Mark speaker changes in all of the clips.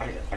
Speaker 1: I, I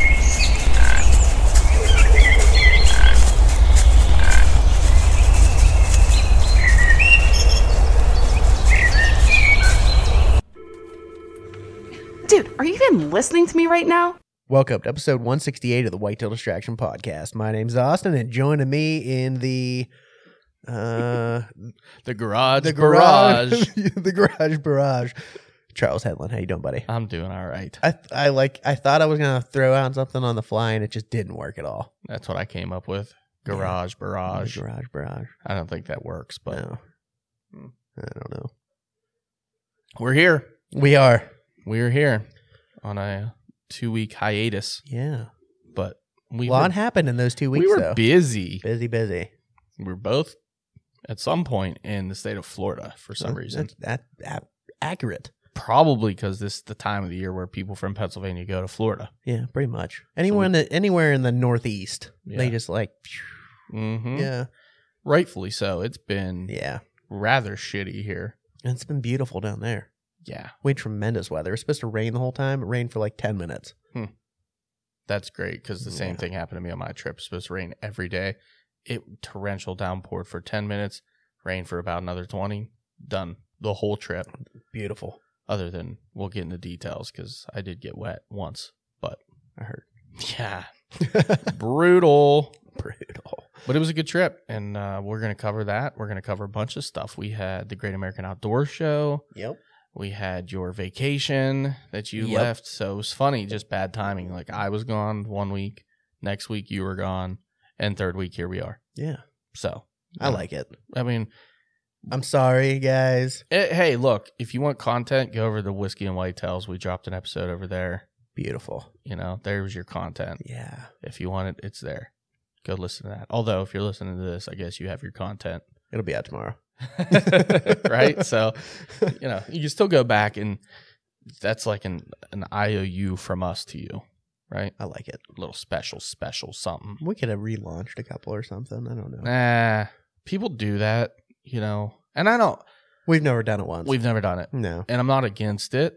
Speaker 2: in FO.
Speaker 3: Dude, are you even listening to me right now?
Speaker 4: Welcome to episode 168 of the Whitetail Distraction Podcast. My name's Austin, and joining me in the uh
Speaker 5: The garage.
Speaker 4: the
Speaker 5: barrage.
Speaker 4: garage, the garage barrage. Charles Hedlund, how you doing, buddy?
Speaker 5: I'm doing all right.
Speaker 4: I I like I thought I was gonna throw out something on the fly, and it just didn't work at all.
Speaker 5: That's what I came up with. Garage,
Speaker 4: The
Speaker 5: barrage.
Speaker 4: garage barrage.
Speaker 5: I don't think that works, but Hmm.
Speaker 4: No, I don't know.
Speaker 5: we're here.
Speaker 4: We are,
Speaker 5: We're here on a two week hiatus,
Speaker 4: yeah.
Speaker 5: but we
Speaker 4: a lot
Speaker 5: were,
Speaker 4: happened in those two weeks.
Speaker 5: we were
Speaker 4: though.
Speaker 5: busy.
Speaker 4: busy, busy.
Speaker 5: We were both at some point in the state of Florida for some
Speaker 4: Well,
Speaker 5: reason.
Speaker 4: that's that, that accurate.
Speaker 5: Probably because this is the time of the year where people from Pennsylvania go to Florida.
Speaker 4: Yeah, pretty much. Anywhere in the anywhere in the Northeast, they
Speaker 5: Yeah.
Speaker 4: just like, phew,
Speaker 5: hmm
Speaker 4: yeah,
Speaker 5: Rightfully so. It's been
Speaker 4: yeah.
Speaker 5: rather shitty here.
Speaker 4: And it's been beautiful down there.
Speaker 5: Yeah,
Speaker 4: We had tremendous weather. It's supposed to rain the whole time. It rained for like ten minutes.
Speaker 5: that's great because the same
Speaker 4: Yeah.
Speaker 5: thing happened to me on my trip. It was supposed to rain every day. It torrential downpoured for ten minutes, rain for about another twenty. Done the whole trip.
Speaker 4: Beautiful.
Speaker 5: Other than we'll get into details because I did get wet once, but
Speaker 4: I heard
Speaker 5: yeah, brutal.
Speaker 4: brutal.
Speaker 5: But it was a good trip, and uh, we're gonna cover that. We're gonna cover a bunch of stuff. We had the Great American Outdoor Show.
Speaker 4: Yep.
Speaker 5: We had your vacation that you
Speaker 4: Yep.
Speaker 5: left. So it was funny, just bad timing. Like I was gone one week, next week you were gone, and third week here we are.
Speaker 4: Yeah,
Speaker 5: So
Speaker 4: I like it.
Speaker 5: I mean,
Speaker 4: I'm sorry, guys.
Speaker 5: eh, hey, look, if you want content, go over to Whiskey and Whitetails. We dropped an episode over there.
Speaker 4: Beautiful.
Speaker 5: You know, there's your content.
Speaker 4: Yeah.
Speaker 5: If you want it, it's there. Go listen to that. Although, if you're listening to this, I guess you have your content,
Speaker 4: It'll be out tomorrow.
Speaker 5: right? So, you know, you can still go back and that's like an an IOU from us to you, right?
Speaker 4: I like it.
Speaker 5: little special, special something.
Speaker 4: We could have relaunched a couple or something. I don't know.
Speaker 5: Nah, people do that, you know, and I don't.
Speaker 4: We've never done it once.
Speaker 5: We've never done it,
Speaker 4: no.
Speaker 5: and I'm not against it,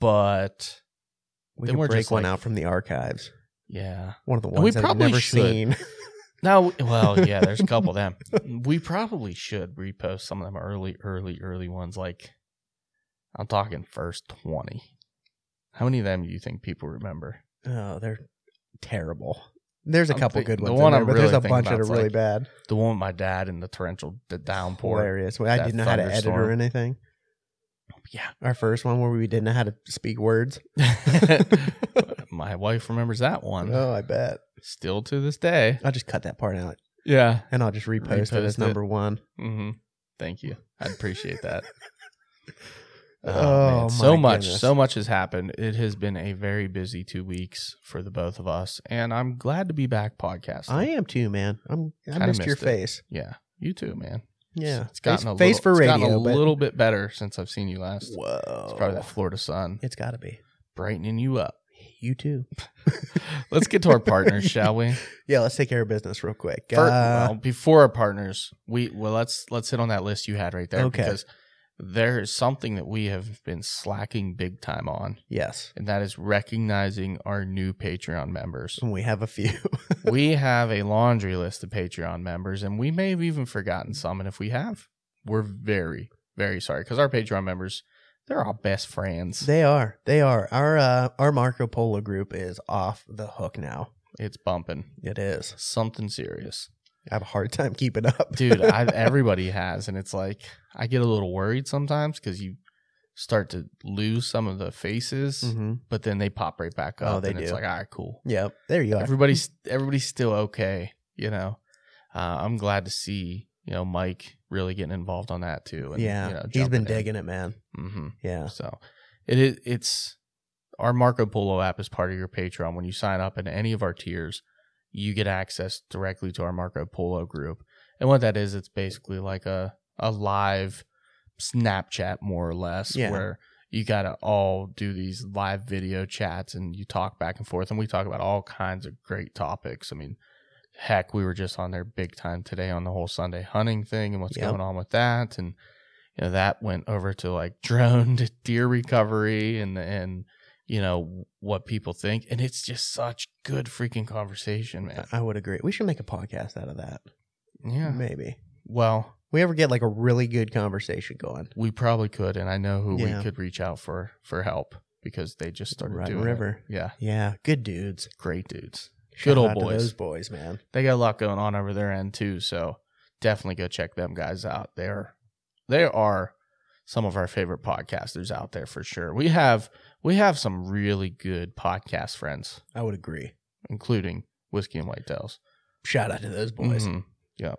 Speaker 5: but
Speaker 4: We
Speaker 5: Then
Speaker 4: could
Speaker 5: we're
Speaker 4: break
Speaker 5: just
Speaker 4: one
Speaker 5: like-
Speaker 4: out from the archives.
Speaker 5: yeah.
Speaker 4: One of the
Speaker 5: And we
Speaker 4: ones that I've
Speaker 5: probably
Speaker 4: never
Speaker 5: should.
Speaker 4: seen.
Speaker 5: No, well, yeah, there's a couple of them. We probably should repost some of them early, early, early ones. Like, I'm talking first 20. How many of them do you think people remember?
Speaker 4: Oh, they're terrible. There's a
Speaker 5: I'm
Speaker 4: couple
Speaker 5: think-
Speaker 4: good
Speaker 5: the
Speaker 4: ones, in
Speaker 5: one
Speaker 4: there,
Speaker 5: I'm
Speaker 4: but
Speaker 5: really
Speaker 4: there's a
Speaker 5: thinking
Speaker 4: bunch that are
Speaker 5: about's
Speaker 4: really
Speaker 5: like
Speaker 4: bad.
Speaker 5: The one with my dad and the torrential d- downpour.
Speaker 4: Hilarious. I
Speaker 5: that
Speaker 4: didn't know how to edit or
Speaker 5: thunderstorm.
Speaker 4: anything.
Speaker 5: Yeah.
Speaker 4: Our first one where we didn't know how to speak words.
Speaker 5: my wife remembers that one
Speaker 4: Oh, I bet.
Speaker 5: still to this day.
Speaker 4: I'll just cut that part out
Speaker 5: Yeah.
Speaker 4: and I'll just repost it
Speaker 5: Repost
Speaker 4: as
Speaker 5: it.
Speaker 4: number one.
Speaker 5: Mm-hmm. Thank you. I appreciate that.
Speaker 4: Oh,
Speaker 5: Oh, man.
Speaker 4: my
Speaker 5: so much,
Speaker 4: goodness.
Speaker 5: so much has happened. It has been a very busy two weeks for the both of us, and I'm glad to be back podcasting.
Speaker 4: I am too, man. I'm I
Speaker 5: Kinda
Speaker 4: missed your
Speaker 5: missed it.
Speaker 4: face.
Speaker 5: yeah, you too, man.
Speaker 4: Yeah.
Speaker 5: it's
Speaker 4: face,
Speaker 5: gotten a
Speaker 4: face
Speaker 5: little,
Speaker 4: for
Speaker 5: it's
Speaker 4: radio.
Speaker 5: gotten a
Speaker 4: but-
Speaker 5: little bit better since I've seen you last.
Speaker 4: Whoa.
Speaker 5: It's probably that Florida sun
Speaker 4: it's gotta be.
Speaker 5: brightening you up.
Speaker 4: You too.
Speaker 5: Let's get to our partners, shall we?
Speaker 4: Yeah, let's take care of business real quick.
Speaker 5: Fir-
Speaker 4: Uh,
Speaker 5: well, before our partners, we well let's let's hit on that list you had right there
Speaker 4: Okay.
Speaker 5: because there is something that we have been slacking big time on,
Speaker 4: yes.
Speaker 5: and that is recognizing our new Patreon members.
Speaker 4: We have a few.
Speaker 5: we have a laundry list of Patreon members, and we may have even forgotten some. And if we have, we're very very sorry because our Patreon members they're our best friends.
Speaker 4: They are. They are. Our uh, our Marco Polo group is off the hook now.
Speaker 5: it's bumping
Speaker 4: It is.
Speaker 5: something serious,
Speaker 4: I have a hard time keeping up,
Speaker 5: dude. I've, everybody has, and it's like I get a little worried sometimes because you start to lose some of the faces,
Speaker 4: Mm-hmm.
Speaker 5: but then they pop right back
Speaker 4: Oh,
Speaker 5: up.
Speaker 4: they
Speaker 5: and It's
Speaker 4: do.
Speaker 5: like, all right, cool.
Speaker 4: Yep. There you are.
Speaker 5: Everybody's everybody's still okay. You know, uh, I'm glad to see you know Mike really getting involved on that too. And,
Speaker 4: yeah.
Speaker 5: you know,
Speaker 4: He's been digging it, man.
Speaker 5: hmm
Speaker 4: Yeah.
Speaker 5: So it is it's our Marco Polo app is part of your Patreon. When you sign up in any of our tiers, you get access directly to our Marco Polo group. And what that is, it's basically like a, a live Snapchat more or less
Speaker 4: Yeah.
Speaker 5: where you gotta all do these live video chats and you talk back and forth and we talk about all kinds of great topics. I mean, heck, we were just on there big time today on the whole Sunday hunting thing and what's
Speaker 4: Yep.
Speaker 5: going on with that. And you know, that went over to like drone deer recovery and and you know what people think. And it's just such good freaking conversation, man.
Speaker 4: I would agree. We should make a podcast out of that.
Speaker 5: Yeah.
Speaker 4: Maybe.
Speaker 5: Well,
Speaker 4: We ever get like a really good conversation going.
Speaker 5: we probably could, and I know who
Speaker 4: Yeah.
Speaker 5: we could reach out for for help because they just started
Speaker 4: Red
Speaker 5: doing it.
Speaker 4: River.
Speaker 5: Yeah,
Speaker 4: Yeah. Good dudes.
Speaker 5: great dudes.
Speaker 4: Shout
Speaker 5: old
Speaker 4: out to
Speaker 5: boys.
Speaker 4: those boys, man.
Speaker 5: They got a lot going on over their end too, so definitely go check them guys out. They're they are some of our favorite podcasters out there for sure. We have we have some really good podcast friends,
Speaker 4: I would agree.
Speaker 5: including Whiskey and Whitetails.
Speaker 4: Shout out to those boys.
Speaker 5: Mhm. Yeah.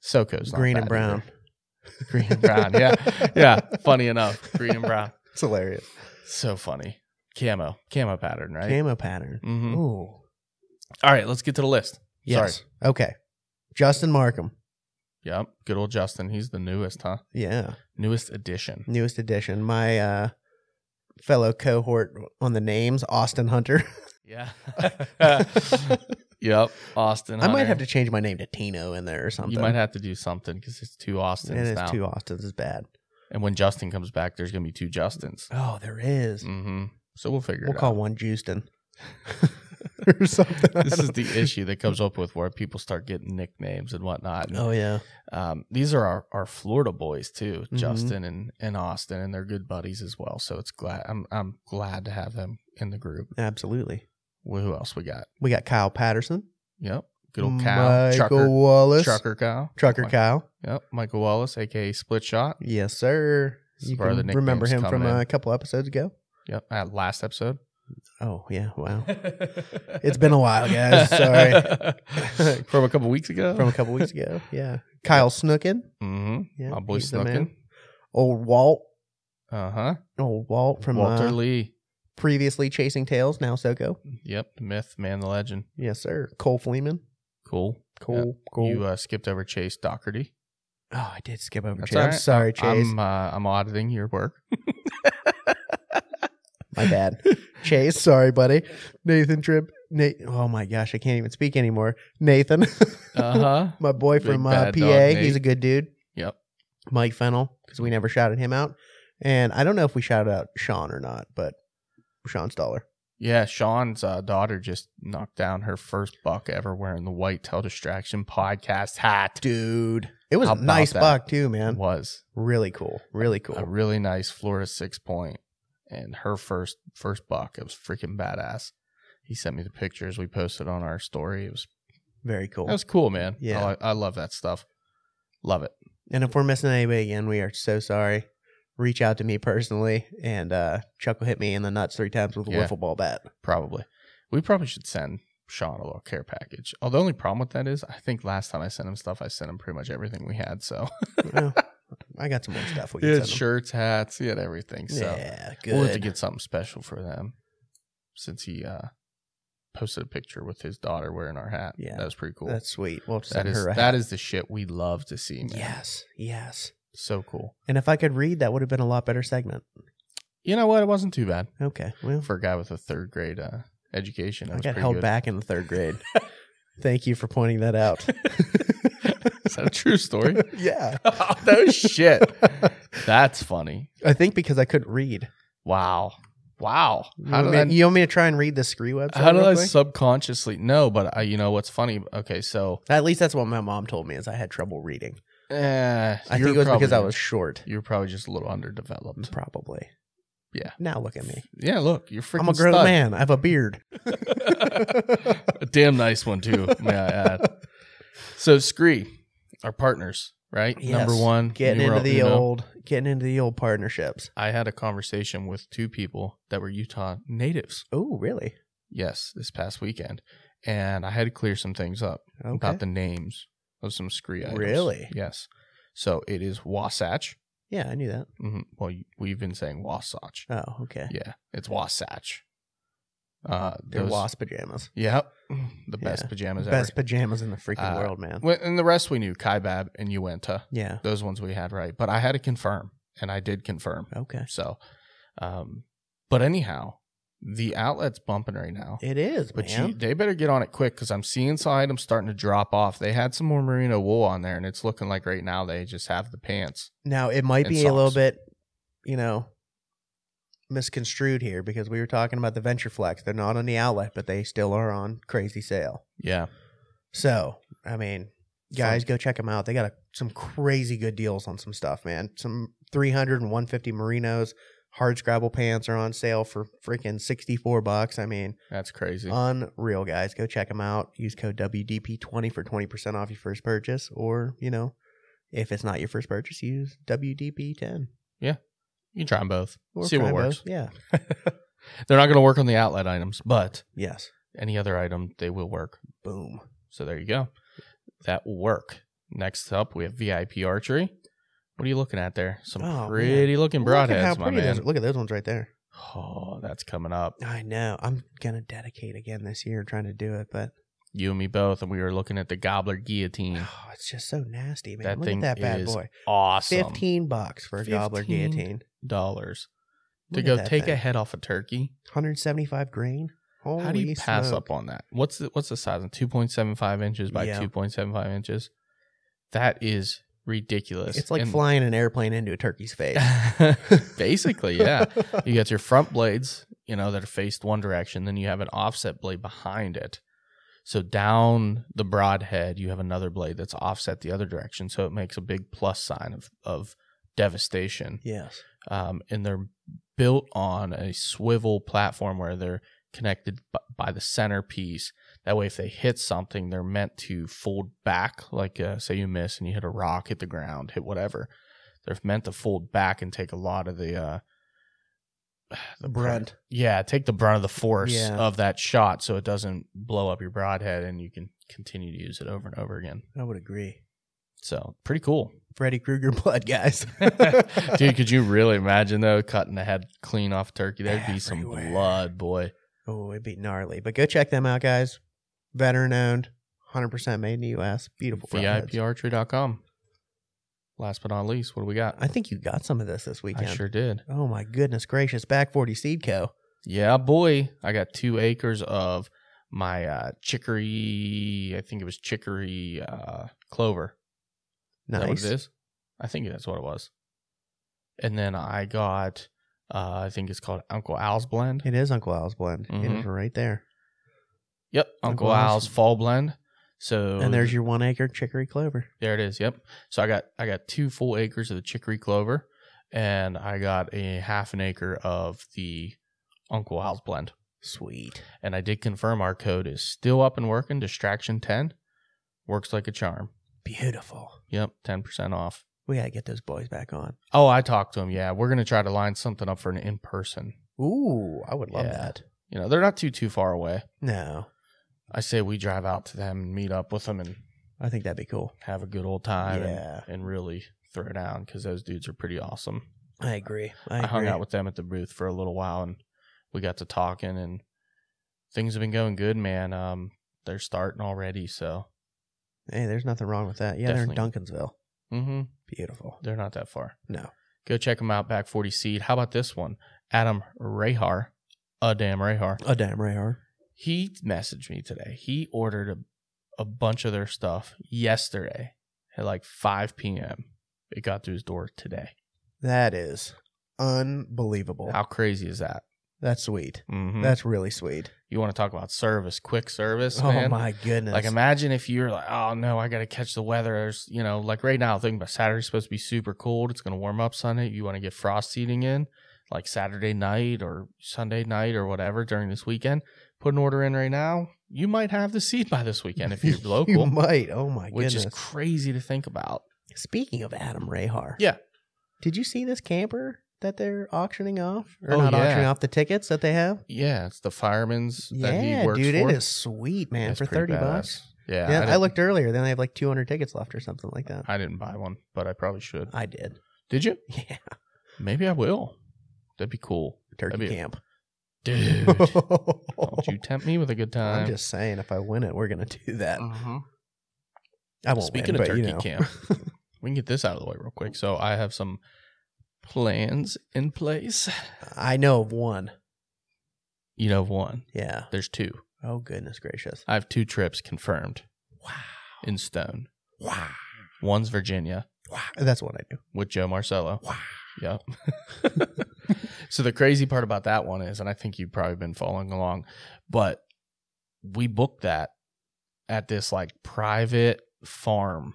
Speaker 5: Soko's not
Speaker 4: Green
Speaker 5: bad
Speaker 4: and brown.
Speaker 5: either. Green and brown. Yeah. Yeah. Funny enough. Green and brown.
Speaker 4: It's hilarious.
Speaker 5: So funny. Camo. Camo pattern, right?
Speaker 4: Camo pattern.
Speaker 5: Mhm.
Speaker 4: Ooh.
Speaker 5: All right, let's get to the list.
Speaker 4: Yes. Okay. Justin Markham.
Speaker 5: Yep. Good old Justin. He's the newest, huh?
Speaker 4: Yeah.
Speaker 5: Newest edition.
Speaker 4: Newest addition. My uh fellow cohort on the names, Austin Hunter.
Speaker 5: Yeah.
Speaker 4: I
Speaker 5: yep. Austin.
Speaker 4: might
Speaker 5: Hunter.
Speaker 4: have to change my name to Tino in there or something.
Speaker 5: You might have to do something because it's two Austins
Speaker 4: it is
Speaker 5: now.
Speaker 4: two Austins is bad.
Speaker 5: and when Justin comes back, there's gonna be two Justins.
Speaker 4: Oh, there is.
Speaker 5: Mm-hmm. So we'll figure
Speaker 4: We'll
Speaker 5: it
Speaker 4: call
Speaker 5: out.
Speaker 4: one Justin or something. I
Speaker 5: This is
Speaker 4: don't-
Speaker 5: the issue that comes up with where people start getting nicknames and whatnot. And,
Speaker 4: Oh yeah.
Speaker 5: um, these are our, our Florida boys too,
Speaker 4: Mhm.
Speaker 5: Justin and, and Austin, and they're good buddies as well. So it's glad I'm I'm glad to have them in the group.
Speaker 4: Absolutely.
Speaker 5: Well, who else we got?
Speaker 4: We got Kyle Patterson.
Speaker 5: Yep. Good old cow.
Speaker 4: Michael
Speaker 5: Trucker,
Speaker 4: Wallace.
Speaker 5: trucker cow.
Speaker 4: Trucker
Speaker 5: Mike-
Speaker 4: Kyle.
Speaker 5: Yep. Michael Wallace, aka Split Shot.
Speaker 4: Yes, sir.
Speaker 5: This
Speaker 4: You
Speaker 5: is where the
Speaker 4: can remember him
Speaker 5: nicknames
Speaker 4: from
Speaker 5: come in.
Speaker 4: uh, a couple episodes ago.
Speaker 5: Yep. At last episode.
Speaker 4: Oh yeah. Wow.
Speaker 5: it's
Speaker 4: It's been a while, guys. Sorry.
Speaker 5: from a couple weeks ago.
Speaker 4: From a couple weeks ago. Yeah. Kyle Snookin.
Speaker 5: Mm-hmm.
Speaker 4: Yeah,
Speaker 5: My boy
Speaker 4: he's the man.
Speaker 5: Snookin.
Speaker 4: Old Walt.
Speaker 5: Uh huh.
Speaker 4: Old Walt from
Speaker 5: Walter
Speaker 4: uh,
Speaker 5: Lee.
Speaker 4: previously Chasing Tails, now Soko.
Speaker 5: Yep. The myth, man, the legend.
Speaker 4: Yes, sir. Cole Fleeman.
Speaker 5: Cool.
Speaker 4: Cool.
Speaker 5: Yeah.
Speaker 4: Cool.
Speaker 5: You uh, skipped over Chase Doherty.
Speaker 4: oh, I did skip over
Speaker 5: That's
Speaker 4: Chase.
Speaker 5: all
Speaker 4: I'm
Speaker 5: right.
Speaker 4: sorry, Chase.
Speaker 5: I'm uh, I'm auditing your work.
Speaker 4: My bad. Chase, sorry, buddy. Nathan Tripp. Na- oh my gosh, I can't even speak anymore. Nathan,
Speaker 5: Uh huh.
Speaker 4: my boy
Speaker 5: Big
Speaker 4: from uh,
Speaker 5: bad
Speaker 4: PA,
Speaker 5: dog,
Speaker 4: he's
Speaker 5: Nate.
Speaker 4: a good dude.
Speaker 5: Yep.
Speaker 4: Mike Fennel, because we never shouted him out, and I don't know if we shouted out Sean or not, but Sean Stoller.
Speaker 5: Yeah, Sean's uh, daughter just knocked down her first buck ever wearing the White Tail Distraction podcast hat.
Speaker 4: dude. It was
Speaker 5: How
Speaker 4: a
Speaker 5: about
Speaker 4: nice
Speaker 5: that?
Speaker 4: buck too, man.
Speaker 5: was
Speaker 4: Really cool. Really cool.
Speaker 5: a really nice Florida six point, and her first first buck. It was freaking badass. He sent me the pictures we posted on our story. It was
Speaker 4: Very cool.
Speaker 5: that was cool, man.
Speaker 4: Yeah.
Speaker 5: I, li- I love that stuff. Love it.
Speaker 4: and if we're missing anybody again, we are so sorry. Reach out to me personally, and uh, Chuck will hit me in the nuts three times with a
Speaker 5: Yeah.
Speaker 4: wiffle ball bat.
Speaker 5: Probably, we probably should send Sean a little care package. Oh, the only problem with that is I think last time I sent him stuff, I sent him pretty much everything we had. So
Speaker 4: Well, I got some more stuff we
Speaker 5: he
Speaker 4: can
Speaker 5: had
Speaker 4: send them.
Speaker 5: shirts, hats, he had everything. So
Speaker 4: Yeah, good.
Speaker 5: we'll have to get something special for them since he uh, posted a picture with his daughter wearing our hat.
Speaker 4: Yeah.
Speaker 5: that was pretty cool.
Speaker 4: That's sweet. We'll have to
Speaker 5: That
Speaker 4: send
Speaker 5: is
Speaker 4: her a
Speaker 5: that is the shit we love to see, man.
Speaker 4: hat. yes, yes.
Speaker 5: So cool.
Speaker 4: And if I could read, that would have been a lot better segment.
Speaker 5: You know what? It wasn't too bad
Speaker 4: Okay, well,
Speaker 5: for a guy with a third grade uh, education. That
Speaker 4: I
Speaker 5: was
Speaker 4: got
Speaker 5: pretty
Speaker 4: held
Speaker 5: good.
Speaker 4: back in the third grade. Thank you for pointing that out.
Speaker 5: Is that a true story?
Speaker 4: yeah,
Speaker 5: oh, no shit. That's funny.
Speaker 4: I think because I couldn't read.
Speaker 5: Wow. Wow.
Speaker 4: You
Speaker 5: How
Speaker 4: want,
Speaker 5: did
Speaker 4: me,
Speaker 5: I,
Speaker 4: you want me to try and read the Scree website?
Speaker 5: how did
Speaker 4: real
Speaker 5: I
Speaker 4: quick?
Speaker 5: subconsciously? No, but I, you know what's funny? Okay, so
Speaker 4: At least that's what my mom told me. Is I had trouble reading.
Speaker 5: eh,
Speaker 4: I
Speaker 5: you're
Speaker 4: think it was because I
Speaker 5: probably-
Speaker 4: was short.
Speaker 5: You were probably just a little underdeveloped.
Speaker 4: Probably.
Speaker 5: Yeah.
Speaker 4: Now look at me.
Speaker 5: Yeah, look, you're freaking.
Speaker 4: I'm a grown
Speaker 5: stud.
Speaker 4: man. I have a beard.
Speaker 5: a damn nice one too, may I add. So Scree, our partners, right?
Speaker 4: Yes,
Speaker 5: Number one,
Speaker 4: Getting
Speaker 5: numero
Speaker 4: into the
Speaker 5: uno.
Speaker 4: old, getting into the old partnerships.
Speaker 5: I had a conversation with two people that were Utah natives.
Speaker 4: Oh, really?
Speaker 5: Yes, this past weekend, and I had to clear some things up
Speaker 4: Okay.
Speaker 5: about the names of some scree items.
Speaker 4: Really?
Speaker 5: Yes. So it is Wasatch.
Speaker 4: yeah, I knew that.
Speaker 5: hmm Well, you- we've been saying Wasatch.
Speaker 4: Oh, okay.
Speaker 5: Yeah, it's Wasatch. Uh,
Speaker 4: They're
Speaker 5: those-
Speaker 4: wasp pajamas.
Speaker 5: Yep, the best
Speaker 4: Yeah.
Speaker 5: pajamas
Speaker 4: Best
Speaker 5: ever.
Speaker 4: pajamas in the freaking
Speaker 5: Uh,
Speaker 4: world, man.
Speaker 5: Well, and the rest we knew: Kaibab and Uinta.
Speaker 4: yeah.
Speaker 5: Those ones we had right, but I had to confirm, and I did confirm.
Speaker 4: Okay.
Speaker 5: So, um, but anyhow, the outlet's bumping right now.
Speaker 4: It is,
Speaker 5: But
Speaker 4: man.
Speaker 5: you, they better get on it quick because I'm seeing some items starting to drop off. They had some more merino wool on there, and it's looking like right now they just have the pants.
Speaker 4: Now it might
Speaker 5: and
Speaker 4: be a little
Speaker 5: socks.
Speaker 4: bit, you know, misconstrued here because we were talking about the Venture Flex. They're not on the outlet, but they still are on crazy sale.
Speaker 5: Yeah,
Speaker 4: So I mean, guys, go check them out. They got a, some crazy good deals on some stuff, man. Some 300 and 150 merinos. Hard scrabble pants are on sale for freaking 64 bucks. I mean,
Speaker 5: that's crazy.
Speaker 4: unreal, guys. Go check them out. Use code WDP20 for 20% off your first purchase. Or, you know, if it's not your first purchase, use WDP10.
Speaker 5: you can try them both.
Speaker 4: Or
Speaker 5: See what
Speaker 4: Primo.
Speaker 5: works.
Speaker 4: Yeah.
Speaker 5: They're not going to work on the outlet items, but
Speaker 4: Yes.
Speaker 5: any other item they will work.
Speaker 4: Boom.
Speaker 5: So there you go. That will work. Next up, we have VIP archery. What are you looking at there? Some
Speaker 4: Oh, man.
Speaker 5: pretty looking
Speaker 4: Look
Speaker 5: broadheads,
Speaker 4: at how
Speaker 5: my
Speaker 4: pretty
Speaker 5: man.
Speaker 4: those. Look at those ones right there.
Speaker 5: Oh, that's coming up.
Speaker 4: I know. I'm gonna dedicate again this year, trying to do it, but
Speaker 5: You and me both, and we were looking at the gobbler guillotine.
Speaker 4: oh, it's just so nasty, man.
Speaker 5: Mm. That
Speaker 4: Look
Speaker 5: thing
Speaker 4: at that bad
Speaker 5: is
Speaker 4: boy.
Speaker 5: Awesome.
Speaker 4: Fifteen bucks for a gobbler
Speaker 5: 15
Speaker 4: guillotine.
Speaker 5: dollars to
Speaker 4: Look
Speaker 5: go
Speaker 4: at that
Speaker 5: take a
Speaker 4: thing.
Speaker 5: head off a turkey.
Speaker 4: 175 grain. Holy
Speaker 5: How do you pass
Speaker 4: smoke.
Speaker 5: up on that? What's the what's the size? Two point seven five inches by
Speaker 4: Yeah.
Speaker 5: two point seven five inches. That is ridiculous.
Speaker 4: It's like
Speaker 5: And-
Speaker 4: flying an airplane into a turkey's face.
Speaker 5: Basically, yeah. You got your front blades, you know, that are faced one direction. Then you have an offset blade behind it. So down the broadhead, you have another blade that's offset the other direction. So it makes a big plus sign of of devastation.
Speaker 4: yes.
Speaker 5: um, and they're built on a swivel platform where they're connected b- by the centerpiece. That way, if they hit something, they're meant to fold back. Like, uh, say you miss and you hit a rock, hit the ground, hit whatever. They're meant to fold back and take a lot of the uh, the pre-
Speaker 4: Brunt.
Speaker 5: yeah, take the brunt of the force
Speaker 4: Yeah.
Speaker 5: of that shot, so it doesn't blow up your broadhead, and you can continue to use it over and over again.
Speaker 4: I would agree.
Speaker 5: So pretty cool.
Speaker 4: Freddy Krueger blood, guys.
Speaker 5: Dude, could you really imagine though cutting the head clean off turkey? There'd be some
Speaker 4: Everywhere.
Speaker 5: blood, boy.
Speaker 4: Oh, it'd be gnarly. But go check them out, guys. Veteran owned, 100% made in the U.S. Beautiful. broadheads.
Speaker 5: VIParchery.com. Last but not least, what do we got?
Speaker 4: I think you got some of this this
Speaker 5: I
Speaker 4: weekend.
Speaker 5: sure did.
Speaker 4: Oh my goodness gracious! Back forty seed co.
Speaker 5: Yeah, boy. I got two acres of my uh, chicory. I think it was chicory uh, clover. Is that what
Speaker 4: Nice.
Speaker 5: it is? I think that's what it was. And then I got, uh, I think it's called Uncle Al's Blend.
Speaker 4: It is Uncle Al's blend. It
Speaker 5: Mhm.
Speaker 4: is right there.
Speaker 5: Yep,
Speaker 4: Uncle
Speaker 5: Uncle,
Speaker 4: Al's.
Speaker 5: Al's. Fall Blend. So
Speaker 4: And there's your one acre chicory clover.
Speaker 5: There it is. Yep. So I got I got two full acres of the chicory clover, and I got a half an acre of the Uncle Al's blend.
Speaker 4: Sweet.
Speaker 5: And I did confirm our code is still up and working. Distraction ten works like a charm.
Speaker 4: Beautiful.
Speaker 5: Yep, ten percent off.
Speaker 4: We gotta get those boys back on.
Speaker 5: Oh, I talked to him. Yeah, we're gonna try to line something up for an in person.
Speaker 4: Ooh, I would love
Speaker 5: Yeah.
Speaker 4: that.
Speaker 5: You know, they're not too too far away.
Speaker 4: No,
Speaker 5: I say we drive out to them and meet up with them and
Speaker 4: I think that'd be cool.
Speaker 5: have a good old time and-
Speaker 4: Yeah.
Speaker 5: and, really throw down because those dudes are pretty awesome.
Speaker 4: I agree. I,
Speaker 5: I,
Speaker 4: agree.
Speaker 5: hung out with them at the booth for a little while and we got to talking and things have been going good, man. Um, they're starting already, so
Speaker 4: Hey, there's nothing wrong with that. Yeah, they're in Duncansville.
Speaker 5: hmm
Speaker 4: Beautiful.
Speaker 5: they're not that far.
Speaker 4: No.
Speaker 5: Go check them out, Back 40 Seed. How about this one? Adam Rahar, a damn Rahar.
Speaker 4: A damn radar.
Speaker 5: He messaged me today. He ordered a, a bunch of their stuff yesterday at like 5 p.m. It got to his door today.
Speaker 4: That is unbelievable.
Speaker 5: How crazy is that?
Speaker 4: That's sweet.
Speaker 5: Mhm.
Speaker 4: That's really sweet.
Speaker 5: you want to talk about service, quick service,
Speaker 4: oh
Speaker 5: man.
Speaker 4: my goodness.
Speaker 5: Like imagine if you're like, oh no, I gotta catch the weather. There's, you know, like right now, thinking about Saturday's supposed to be super cold. It's gonna warm up Sunday. You want to get frost seeding in, like Saturday night or Sunday night or whatever during this weekend. Put an order in right now. You might have the seed by this weekend if you're
Speaker 4: you
Speaker 5: local,
Speaker 4: might. Oh my
Speaker 5: which
Speaker 4: goodness.
Speaker 5: is crazy to think about.
Speaker 4: Speaking of Adam Rahar,
Speaker 5: Yeah.
Speaker 4: did you see this camper that they're auctioning off? Or
Speaker 5: Oh,
Speaker 4: not
Speaker 5: yeah.
Speaker 4: auctioning off the tickets that they have?
Speaker 5: Yeah, it's the fireman's that
Speaker 4: yeah,
Speaker 5: he works
Speaker 4: dude,
Speaker 5: for.
Speaker 4: it is sweet, man,
Speaker 5: That's
Speaker 4: for
Speaker 5: pretty
Speaker 4: thirty
Speaker 5: badass.
Speaker 4: bucks.
Speaker 5: Yeah,
Speaker 4: Yeah, I,
Speaker 5: didn't-
Speaker 4: looked earlier. Then they have like two hundred tickets left or something like that.
Speaker 5: I didn't buy one, but I probably should.
Speaker 4: I did.
Speaker 5: Did you?
Speaker 4: Yeah,
Speaker 5: Maybe I will. That'd be cool,
Speaker 4: turkey
Speaker 5: That'd be-
Speaker 4: camp.
Speaker 5: dude. don't you tempt me with a good time.
Speaker 4: I'm just saying, if I win it, we're gonna do that.
Speaker 5: Mhm.
Speaker 4: I won't.
Speaker 5: Speaking
Speaker 4: win,
Speaker 5: of
Speaker 4: but,
Speaker 5: turkey
Speaker 4: you know.
Speaker 5: camp, we can get this out of the way real quick. So I have some plans in place.
Speaker 4: I know of one.
Speaker 5: You know, one.
Speaker 4: Yeah.
Speaker 5: There's two.
Speaker 4: Oh goodness gracious.
Speaker 5: I have two trips confirmed
Speaker 4: Wow.
Speaker 5: in stone.
Speaker 4: Wow.
Speaker 5: One's Virginia
Speaker 4: Wow. That's what I do.
Speaker 5: with Joe Marcello.
Speaker 4: Wow.
Speaker 5: Yep. so the crazy part about that one is, and I think you've probably been following along, but we booked that at this like private farm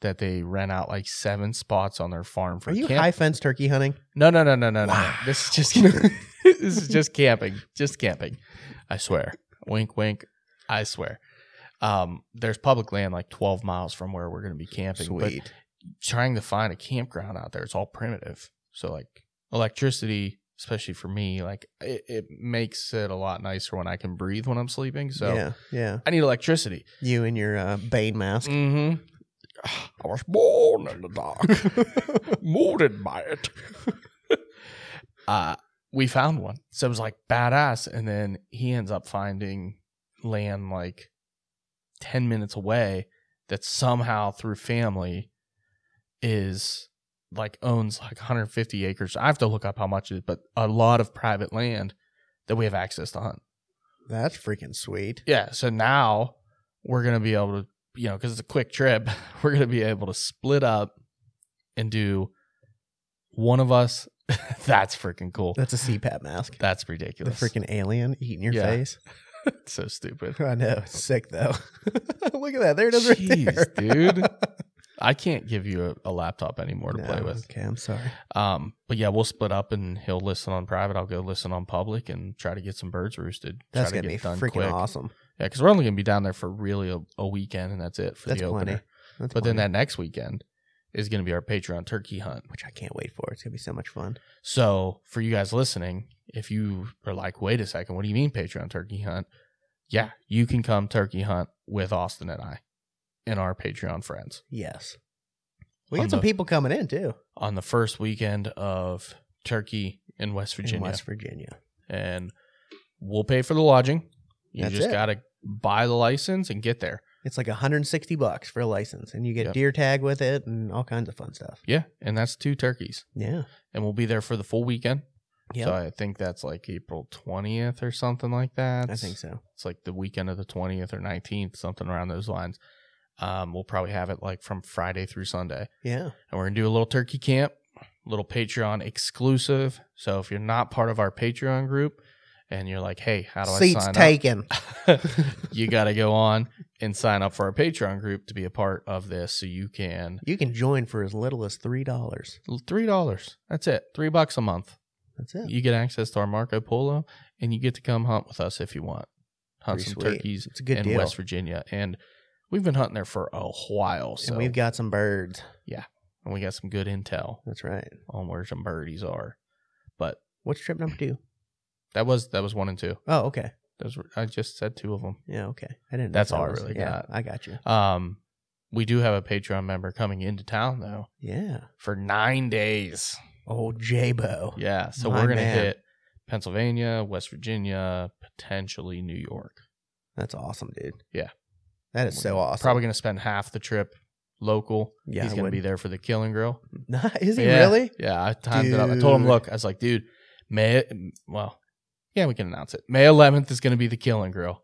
Speaker 5: that they rent out like seven spots on their farm for
Speaker 4: Are you
Speaker 5: camp.
Speaker 4: high fence turkey hunting?
Speaker 5: No, no, no, no, no, no, no.
Speaker 4: Wow.
Speaker 5: This is just this is just camping, just camping. I swear. Wink, wink. I swear. Um, there's public land like 12 miles from where we're going to be camping.
Speaker 4: Sweet.
Speaker 5: But trying to find a campground out there, it's all primitive. So like electricity, especially for me, like it, it makes it a lot nicer when I can breathe when I'm sleeping. So
Speaker 4: yeah, yeah.
Speaker 5: I need electricity.
Speaker 4: You and your uh, Bane mask.
Speaker 5: Mm-hmm. I was born in the dark, molded by it. uh, we found one. So it was like badass. And then he ends up finding land like 10 minutes away that somehow through family is like owns like 150 acres. I have to look up how much it is, but a lot of private land that we have access to hunt.
Speaker 4: That's freaking sweet.
Speaker 5: Yeah. So now we're going to be able to, you know, because it's a quick trip, we're going to be able to split up and do one of us. That's freaking cool.
Speaker 4: That's a CPAP mask.
Speaker 5: That's
Speaker 4: The
Speaker 5: ridiculous.
Speaker 4: freaking alien eating your
Speaker 5: Yeah.
Speaker 4: face.
Speaker 5: so stupid.
Speaker 4: I know. It's sick though. Look at that. There it is right
Speaker 5: Jeez,
Speaker 4: there.
Speaker 5: dude. I can't give you a, a laptop anymore to play
Speaker 4: No,
Speaker 5: with.
Speaker 4: Okay, I'm sorry.
Speaker 5: Um, but yeah, we'll split up and he'll listen on private. I'll go listen on public and try to get some birds roosted.
Speaker 4: That's
Speaker 5: try
Speaker 4: gonna be
Speaker 5: to get done
Speaker 4: freaking
Speaker 5: quick.
Speaker 4: awesome.
Speaker 5: Yeah, because we're only gonna be down there for really a, a weekend, and that's it for
Speaker 4: That's
Speaker 5: the opener.
Speaker 4: plenty. That's
Speaker 5: But then
Speaker 4: plenty.
Speaker 5: that next weekend is going to be our Patreon turkey hunt.
Speaker 4: which I can't wait for. It's gonna be so much fun.
Speaker 5: So for you guys listening, if you are like, wait a second, what do you mean Patreon turkey hunt? Yeah, you can come turkey hunt with Austin and I and our Patreon friends
Speaker 4: Yes. We
Speaker 5: On
Speaker 4: got some
Speaker 5: the-
Speaker 4: people coming in too
Speaker 5: on the first weekend of turkey in West Virginia.
Speaker 4: in West Virginia.
Speaker 5: And we'll pay for the lodging. You
Speaker 4: That's
Speaker 5: just
Speaker 4: it.
Speaker 5: got to buy the license and get there.
Speaker 4: It's like 160 bucks for a license, and you get
Speaker 5: Yep.
Speaker 4: deer tag with it and all kinds of fun stuff.
Speaker 5: Yeah. And that's two turkeys.
Speaker 4: Yeah.
Speaker 5: And we'll be there for the full weekend.
Speaker 4: Yeah.
Speaker 5: So I think that's like April 20th or something like that.
Speaker 4: I think so.
Speaker 5: It's like the weekend of the 20th or 19th, something around those lines. Um, we'll probably have it like from Friday through Sunday.
Speaker 4: Yeah.
Speaker 5: And we're going to do a little turkey camp, little Patreon exclusive. So if you're not part of our Patreon group and you're like, hey, how do I
Speaker 4: Seats
Speaker 5: sign
Speaker 4: taken.
Speaker 5: up? you got to go on and sign up for our Patreon group to be a part of this so you can.
Speaker 4: You can join for as little as three dollars.
Speaker 5: $3. That's it. Three bucks a month.
Speaker 4: That's it.
Speaker 5: You get access to our Marco Polo and you get to come hunt with us if you want. Hunt
Speaker 4: Pretty
Speaker 5: some
Speaker 4: sweet.
Speaker 5: turkeys
Speaker 4: It's a good
Speaker 5: in
Speaker 4: deal.
Speaker 5: West Virginia. And we've been hunting there for a while. So
Speaker 4: And we've got some birds.
Speaker 5: and we got some good intel
Speaker 4: That's right.
Speaker 5: on where some birdies are. But
Speaker 4: What's trip number two?
Speaker 5: that was that was one and two.
Speaker 4: Oh, okay.
Speaker 5: Those were, I just said two of them.
Speaker 4: Yeah, okay. I didn't. know
Speaker 5: That's
Speaker 4: if that
Speaker 5: all I
Speaker 4: was-
Speaker 5: really
Speaker 4: yeah,
Speaker 5: got.
Speaker 4: I got you.
Speaker 5: Um we do have a Patreon member coming into town though
Speaker 4: Yeah.
Speaker 5: for nine days.
Speaker 4: Oh, Jabo.
Speaker 5: Yeah. So
Speaker 4: My
Speaker 5: we're gonna
Speaker 4: man.
Speaker 5: hit Pennsylvania, West Virginia, potentially New York.
Speaker 4: That's awesome, dude.
Speaker 5: Yeah.
Speaker 4: That is so awesome.
Speaker 5: Probably gonna spend half the trip local.
Speaker 4: Yeah,
Speaker 5: He's
Speaker 4: I
Speaker 5: gonna be
Speaker 4: would.
Speaker 5: there for the killing grill.
Speaker 4: is he
Speaker 5: Yeah.
Speaker 4: really?
Speaker 5: Yeah, I timed it up. I told him,
Speaker 4: Dude.
Speaker 5: look, I was like, dude, May, well, yeah, we can announce it. May 11th is going to be the Killing Grill.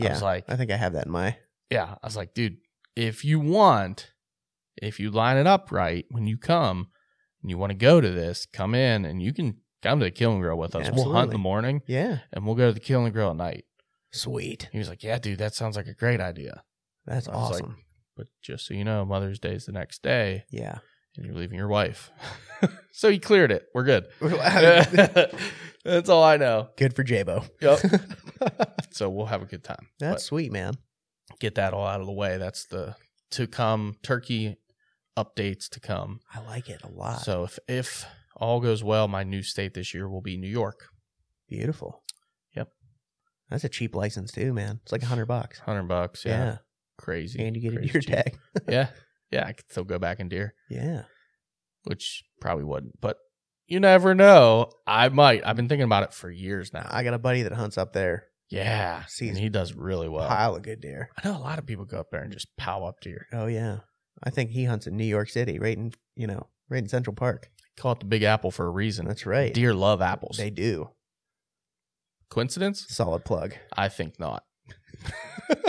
Speaker 5: I
Speaker 4: Yeah.
Speaker 5: was like,
Speaker 4: I think I have that in my.
Speaker 5: yeah, I was like, dude, if you want, if you line it up right when you come and you want to go to this, come in and you can come to the Killing Grill with us. We'll hunt in
Speaker 4: Absolutely.
Speaker 5: the morning
Speaker 4: Yeah.
Speaker 5: and we'll go to the Killing Grill at night.
Speaker 4: Sweet.
Speaker 5: He was like, yeah, dude, that sounds like a great idea.
Speaker 4: That's
Speaker 5: I was like,
Speaker 4: awesome.
Speaker 5: But just so you know, Mother's Day is the next day
Speaker 4: yeah.
Speaker 5: and you're leaving your wife. so he cleared it. We're good. That's all I know.
Speaker 4: Good for Jabo.
Speaker 5: Yep. so we'll have a good time.
Speaker 4: That's sweet, man.
Speaker 5: But get that all out of the way. That's the to come turkey updates to come.
Speaker 4: I like it a lot.
Speaker 5: So if if all goes well, my new state this year will be New York.
Speaker 4: Beautiful.
Speaker 5: Yep.
Speaker 4: That's a cheap license too, man. It's like a hundred bucks.
Speaker 5: Hundred bucks, yeah,
Speaker 4: Yeah.
Speaker 5: crazy.
Speaker 4: And you get a
Speaker 5: crazy
Speaker 4: deer
Speaker 5: cheap.
Speaker 4: tag.
Speaker 5: yeah, yeah. I could still go back and deer,
Speaker 4: Yeah.
Speaker 5: which probably wouldn't, but you never know. I might. I've been thinking about it for years now.
Speaker 4: I got a buddy that hunts up there.
Speaker 5: yeah,
Speaker 4: Sees
Speaker 5: and he does really well.
Speaker 4: Pile of good deer.
Speaker 5: I know a lot of people go up there and just pow up deer.
Speaker 4: Oh yeah. I think he hunts in New York City, right in you know, right in Central Park.
Speaker 5: Call it the Big Apple for a reason.
Speaker 4: That's right.
Speaker 5: Deer love apples.
Speaker 4: They do.
Speaker 5: Coincidence?
Speaker 4: Solid plug.
Speaker 5: I think not.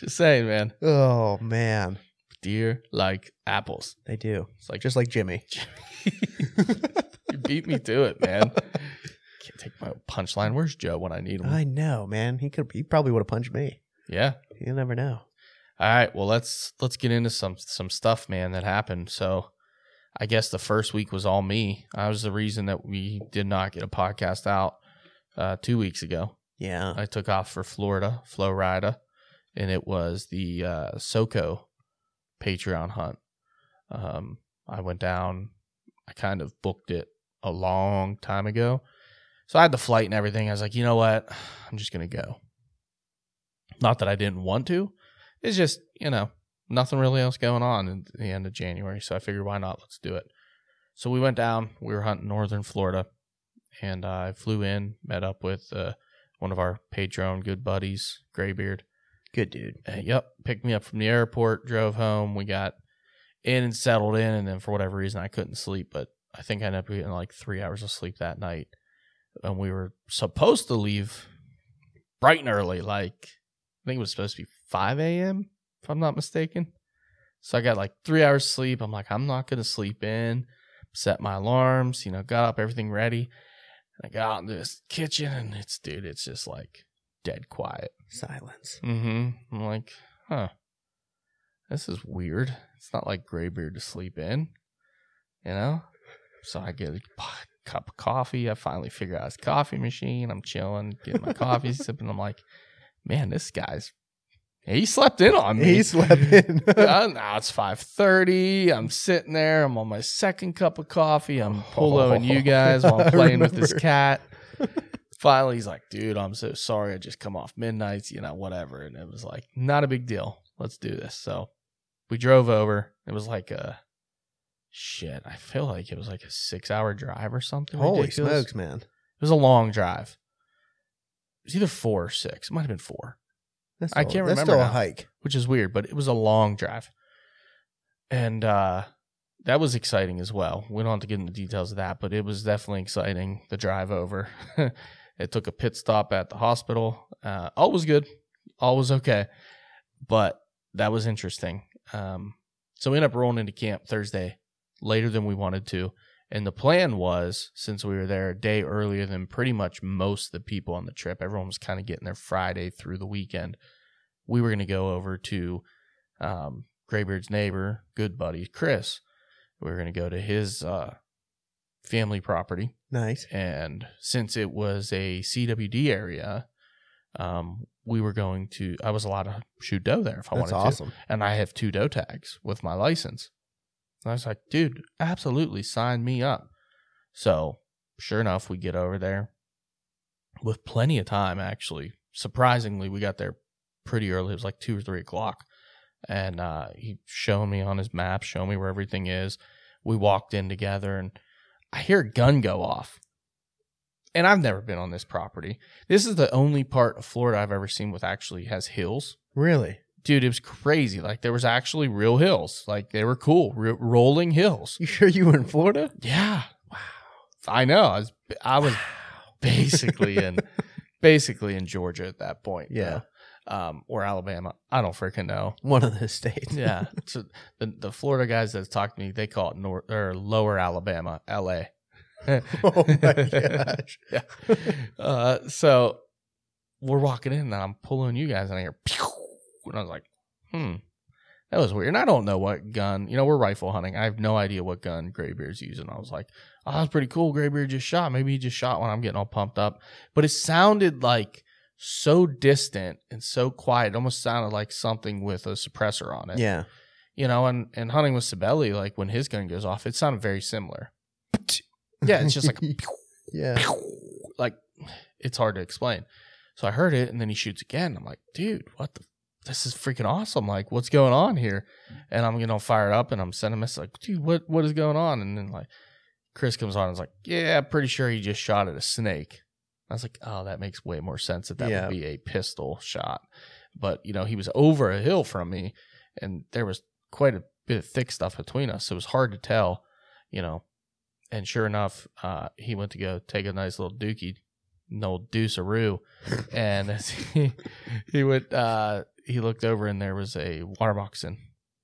Speaker 5: just saying, man.
Speaker 4: Oh man.
Speaker 5: Deer like apples.
Speaker 4: They do.
Speaker 5: It's like
Speaker 4: Just like Jimmy.
Speaker 5: you beat me to it, man. Can't take my punchline. Where's Joe when I need him?
Speaker 4: I know, man. He could he probably would have punched me.
Speaker 5: yeah.
Speaker 4: You never know.
Speaker 5: All right. Well, let's let's get into some some stuff, man, that happened. So, I guess the first week was all me. I was the reason that we did not get a podcast out uh, two weeks ago.
Speaker 4: Yeah.
Speaker 5: I took off for Florida, Florida, and it was the uh, SoCo Patreon hunt. Um, I went down. I kind of booked it a long time ago, so I had the flight and everything. I was like, you know what, I'm just gonna go. Not that I didn't want to. It's just you know nothing really else going on at the end of January, so I figured why not? Let's do it. So we went down. We were hunting northern Florida, and I flew in, met up with. Uh, one of our Patreon good buddies, Graybeard.
Speaker 4: Good dude.
Speaker 5: Uh, yep, picked me up from the airport, drove home. We got in and settled in, and then for whatever reason, I couldn't sleep. But I think I ended up getting like three hours of sleep that night, and we were supposed to leave bright and early. Like I think it was supposed to be five a.m. if I'm not mistaken. So I got like three hours sleep. I'm like, I'm not gonna sleep in. Set my alarms, you know, got up, everything ready. And I got out into this kitchen, and it's dude, it's just like dead quiet.
Speaker 4: Silence.
Speaker 5: Mm-hmm. I'm like, huh. This is weird. It's not like Graybeard to sleep in, you know? So I get a p- cup of coffee. I finally figure out his coffee machine. I'm chilling, getting my coffee, sipping. I'm like, man, this guy's, he slept in on me.
Speaker 4: He slept in.
Speaker 5: Uh, now it's 5.30 i'm sitting there i'm on my second cup of coffee i'm poloing you guys while
Speaker 4: Oh. I
Speaker 5: i'm playing with this
Speaker 4: remember.
Speaker 5: cat finally he's like dude i'm so sorry i just come off midnight you know whatever and it was like not a big deal let's do this so we drove over it was like a shit i feel like it was like a six hour drive or something
Speaker 4: Holy
Speaker 5: ridiculous.
Speaker 4: smokes, man.
Speaker 5: it was a long drive it was either four or six it might have been four
Speaker 4: That's
Speaker 5: I
Speaker 4: still-
Speaker 5: can't
Speaker 4: that's
Speaker 5: remember
Speaker 4: still a
Speaker 5: now.
Speaker 4: hike.
Speaker 5: which is weird, but it was a long drive. And uh, that was exciting as well. We don't have to get into details of that, but it was definitely exciting, the drive over. it took a pit stop at the hospital. Uh, all was good, all was okay. But that was interesting. Um, so we ended up rolling into camp Thursday later than we wanted to. And the plan was, since we were there a day earlier than pretty much most of the people on the trip, everyone was kind of getting there Friday through the weekend we were going to go over to um, Graybeard's neighbor, good buddy Chris. We were going to go to his uh, family property,
Speaker 4: Nice.
Speaker 5: and since it was a CWD area, um, we were going to. I was allowed to shoot doe there if I
Speaker 4: That's
Speaker 5: wanted to
Speaker 4: awesome.
Speaker 5: and I have two doe tags with my license. And I was like, dude, absolutely sign me up. So sure enough, we get over there with plenty of time, actually. Surprisingly, we got there pretty early. It was like two or three o'clock. And uh, he showed me on his map, showing me where everything is. We walked in together and I hear a gun go off. And I've never been on this property. This is the only part of Florida I've ever seen with actually has hills
Speaker 4: Really?
Speaker 5: dude, it was crazy. Like there was actually real hills. Like they were cool, r- rolling hills.
Speaker 4: You sure you were in Florida?
Speaker 5: Yeah. Wow. I know. I was I was basically in basically in Georgia at that point. you
Speaker 4: Yeah.
Speaker 5: know, Um, or Alabama. I don't freaking know.
Speaker 4: One of the states.
Speaker 5: Yeah. so the the Florida guys that talk to me, they call it north or lower Alabama, LA.
Speaker 4: oh my gosh.
Speaker 5: Yeah. Uh, so we're walking in, and I'm pulling you guys, and I hear, Pew! and I was like, hmm, that was weird. And I don't know what gun, you know, we're rifle hunting. I have no idea what gun Graybeard's using. I was like, oh, that's pretty cool. Graybeard just shot. Maybe he just shot when I'm getting all pumped up. But it sounded like so distant and so quiet. It almost sounded like something with a suppressor on it
Speaker 4: Yeah.
Speaker 5: You know, and, and hunting with Sibeli, like when his gun goes off, it sounded very similar. Yeah, it's just like a
Speaker 4: yeah.
Speaker 5: like it's hard to explain. So I heard it, and then he shoots again. I'm like, dude, what the? This is freaking awesome! Like, what's going on here? And I'm you know fire it up, and I'm sending a message like, dude, what what is going on? And then like, Chris comes on, and is like, yeah, pretty sure he just shot at a snake. I was like, oh, that makes way more sense that that
Speaker 4: Yeah.
Speaker 5: would be a pistol shot. But you know, he was over a hill from me, and there was quite a bit of thick stuff between us. So it was hard to tell, you know. And sure enough, uh, he went to go take a nice little dookie, no deuceroo. and as he he went, uh, he looked over and there was a water moccasin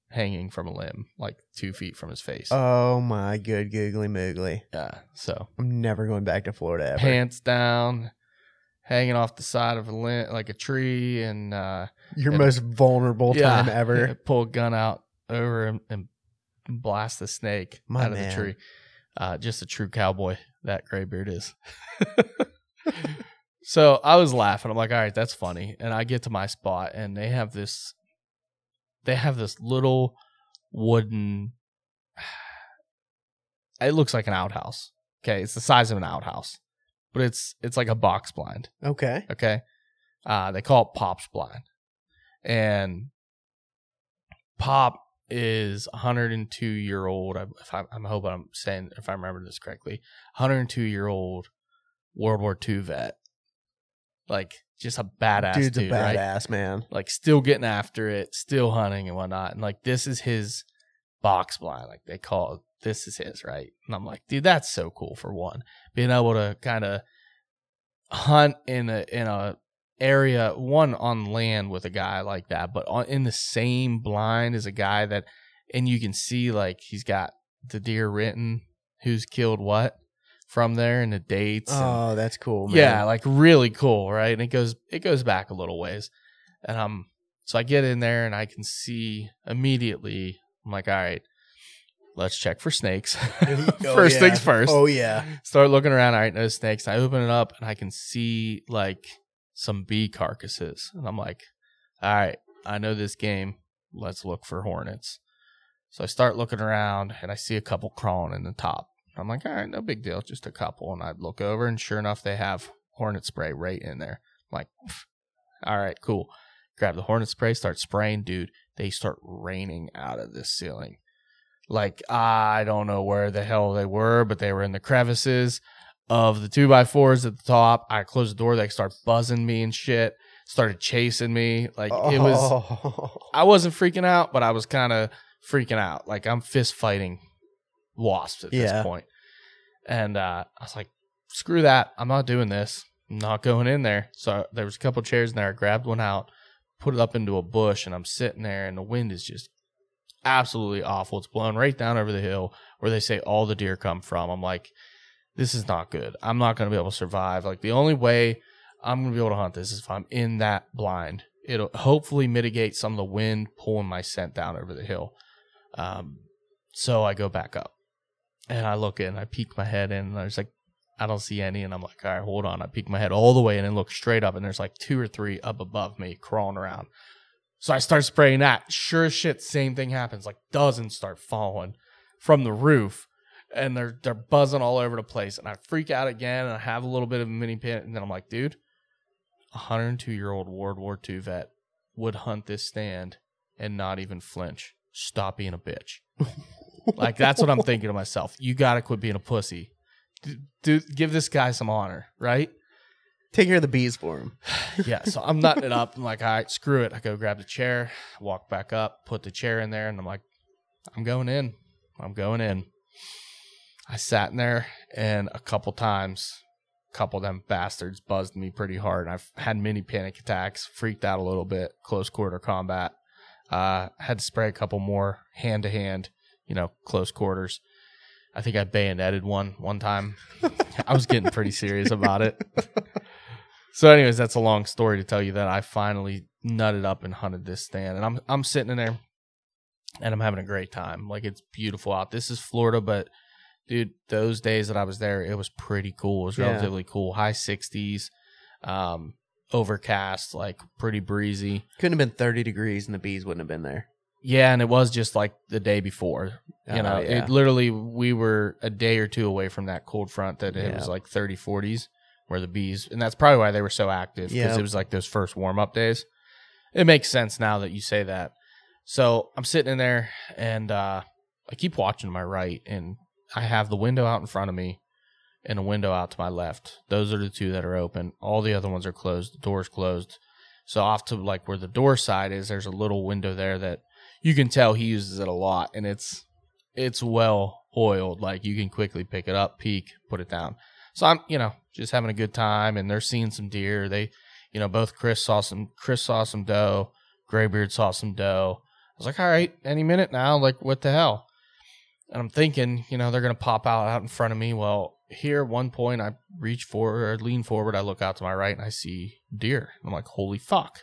Speaker 5: hanging from a limb, like two feet from his face.
Speaker 4: Oh my good googly moogly.
Speaker 5: yeah, so
Speaker 4: I'm never going back to Florida ever.
Speaker 5: pants down, hanging off the side of a limb, like a tree, and uh,
Speaker 4: Your
Speaker 5: and-
Speaker 4: most vulnerable
Speaker 5: yeah,
Speaker 4: time ever.
Speaker 5: pull a gun out over him and blast the snake
Speaker 4: My
Speaker 5: out of
Speaker 4: man.
Speaker 5: the tree. Uh, just a true cowboy that graybeard is. so I was laughing. I'm like, all right, that's funny. And I get to my spot, and they have this, they have this little wooden. It looks like an outhouse. Okay, it's the size of an outhouse, but it's it's like a box blind.
Speaker 4: Okay.
Speaker 5: Okay. Uh, they call it Pop's blind. And Pop is 102 year old. I, if I, I'm hoping I'm saying, if I remember this correctly, 102 year old World War II vet. Like, just a badass
Speaker 4: Dude's
Speaker 5: dude,
Speaker 4: a
Speaker 5: right?
Speaker 4: badass man.
Speaker 5: like still getting after it, still hunting and whatnot. And like this is his box blind, like they call it, this is his, right? And I'm like, dude, that's so cool for one. Being able to kind of hunt in a in a area one on land with a guy like that, but on, in the same blind as a guy that and you can see like he's got the deer written, who's killed what from there and the dates. and-
Speaker 4: Oh, that's cool, man.
Speaker 5: yeah, like really cool, right? And it goes it goes back a little ways. And um so I get in there and I can see immediately I'm like, all right, let's check for snakes.
Speaker 4: Oh,
Speaker 5: first
Speaker 4: yeah.
Speaker 5: things first.
Speaker 4: Oh yeah.
Speaker 5: Start looking around, all right, no snakes. I open it up and I can see like some bee carcasses. And I'm like, all right, I know this game. Let's look for hornets. So I start looking around and I see a couple crawling in the top. I'm like, all right, no big deal, just a couple. And I look over and sure enough, they have hornet spray right in there. I'm like, pff, all right, cool. Grab the hornet spray, start spraying, dude. They start raining out of this ceiling. Like, I don't know where the hell they were, but they were in the crevices of the two by fours at the top. I close the door, they start buzzing me and shit, started chasing me. Like, it
Speaker 4: Oh.
Speaker 5: was. I wasn't freaking out, but I was kind of freaking out. Like I'm fist fighting wasps at
Speaker 4: Yeah.
Speaker 5: this point. And uh, I was like, screw that. I'm not doing this. I'm not going in there. So there was a couple chairs in there. I grabbed one out, put it up into a bush, and I'm sitting there and the wind is just absolutely awful. It's blowing right down over the hill where they say all the deer come from. I'm like, this is not good. I'm not going to be able to survive. Like the only way I'm going to be able to hunt this is if I'm in that blind. It'll hopefully mitigate some of the wind pulling my scent down over the hill. Um, so I go back up and I look in, I peek my head in, and there's like, I don't see any. And I'm like, all right, hold on. I peek my head all the way in and look straight up, and there's like two or three up above me crawling around. So I start spraying that. Sure as shit, same thing happens. Like dozens start falling from the roof and they're they're buzzing all over the place. And I freak out again and I have a little bit of a mini panic. And then I'm like, dude, a 102 year old World War II vet would hunt this stand and not even flinch. Stop being a bitch. like that's what I'm thinking to myself. You gotta quit being a pussy. D- do give this guy some honor, right?
Speaker 4: Take care of the bees for him.
Speaker 5: yeah, so I'm nutting it up. I'm like, all right, screw it. I go grab the chair, walk back up, put the chair in there, and I'm like, I'm going in. I'm going in. I sat in there, and a couple times, a couple of them bastards buzzed me pretty hard. I've had many panic attacks, freaked out a little bit, close quarter combat. Uh, had to spray a couple more hand to hand, you know, close quarters. I think I bayoneted one one time. I was getting pretty serious about it. So, anyways, that's a long story to tell you that I finally nutted up and hunted this stand, and I'm I'm sitting in there, and I'm having a great time. Like it's beautiful out. This is Florida, but dude, those days that I was there, it was pretty cool. It was
Speaker 4: Yeah.
Speaker 5: relatively cool, high 60s, um, overcast, like pretty breezy.
Speaker 4: Couldn't have been 30 degrees and the bees wouldn't have been there.
Speaker 5: Yeah, and it was just like the day before. You
Speaker 4: Oh,
Speaker 5: know,
Speaker 4: yeah.
Speaker 5: it literally we were a day or two away from that cold front that it
Speaker 4: Yeah.
Speaker 5: was like 30 40s where the bees and that's probably why they were so active because
Speaker 4: Yeah.
Speaker 5: it was like those first warm up days. It makes sense now that you say that. So, I'm sitting in there and uh I keep watching to my right and I have the window out in front of me and a window out to my left. Those are the two that are open. All the other ones are closed. The door's closed. So off to like where the door side is, there's a little window there that you can tell he uses it a lot and it's it's well oiled. Like you can quickly pick it up, peek, put it down. So I'm, you know, just having a good time and they're seeing some deer. They you know, both Chris saw some Chris saw some doe, Graybeard saw some doe. I was like, all right, any minute now, like what the hell? and I'm thinking, you know, they're gonna pop out out in front of me. Well, here at one point, I reach forward, lean forward, I look out to my right, and I see deer. I'm like, holy fuck,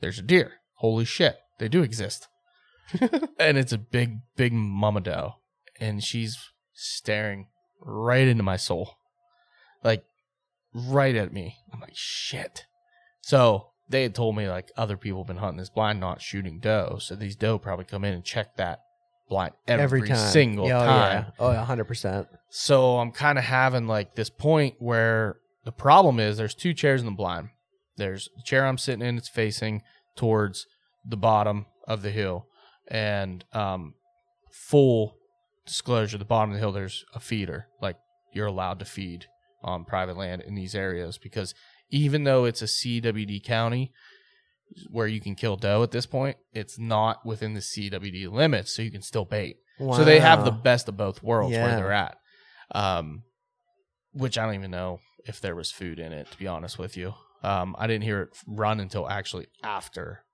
Speaker 5: there's a deer. Holy shit, they do exist. and it's a big, big mama doe, and she's staring right into my soul, like right at me. I'm like, shit. So they had told me like other people have been hunting this blind, not shooting doe. So these doe probably come in and check that blind every,
Speaker 4: time.
Speaker 5: single
Speaker 4: Yeah, oh,
Speaker 5: time.
Speaker 4: Yeah. Oh, yeah, 100%.
Speaker 5: So I'm kind of having like this point where the problem is there's two chairs in the blind. There's the chair I'm sitting in, it's facing towards the bottom of the hill. And um, full disclosure, the bottom of the hill, there's a feeder. Like you're allowed to feed on private land in these areas because even though it's a CWD county where you can kill doe at this point, it's not within the CWD limits. So you can still bait. So they have the
Speaker 4: Wow.
Speaker 5: best of both worlds where
Speaker 4: Yeah.
Speaker 5: they're at. Um, which I don't even know if there was food in it, to be honest with you. Um, I didn't hear it run until actually after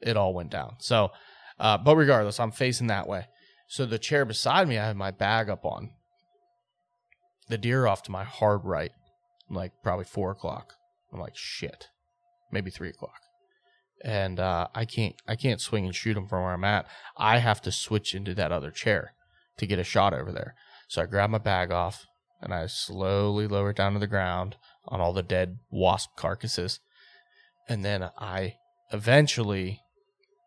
Speaker 5: it all went down. So, uh, but regardless, I'm facing that way. So the chair beside me, I have my bag up on. The deer off to my hard right, like probably four o'clock. I'm like, shit, maybe three o'clock, and uh, I can't, I can't swing and shoot him from where I'm at. I have to switch into that other chair to get a shot over there. So I grab my bag off and I slowly lower it down to the ground on all the dead wasp carcasses. And then I eventually,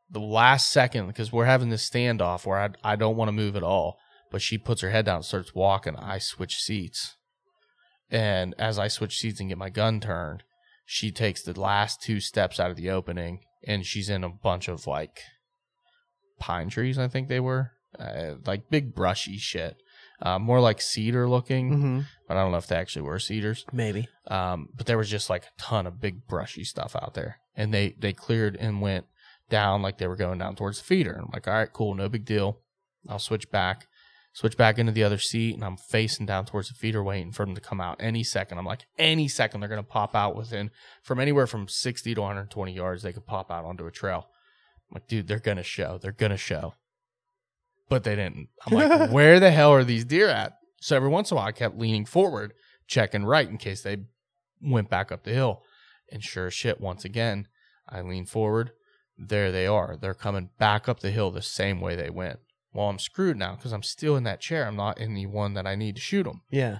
Speaker 5: the last second, because we're having this standoff where I, I don't want to move at all, but she puts her head down and starts walking. I switch seats. And as I switch seats and get my gun turned, she takes the last two steps out of the opening and she's in a bunch of like pine trees, I think they were. Uh, like big brushy shit. Uh, more like cedar looking,
Speaker 4: hmm
Speaker 5: but I don't know if they actually were cedars.
Speaker 4: Maybe.
Speaker 5: Um, but there was just like a ton of big brushy stuff out there, and they they cleared and went down like they were going down towards the feeder. And I'm like, all right, cool, no big deal. I'll switch back, switch back into the other seat, and I'm facing down towards the feeder, waiting for them to come out any second. I'm like, any second they're gonna pop out within from anywhere from 60 to 120 yards. They could pop out onto a trail. I'm like, dude, they're gonna show, they're gonna show. But they didn't. I'm like, where the hell are these deer at? So every once in a while, I kept leaning forward, checking right in case they went back up the hill. And sure as shit, once again, I lean forward. There they are. They're coming back up the hill the same way they went. Well, I'm screwed now because I'm still in that chair. I'm not in the one that I need to shoot them.
Speaker 4: Yeah.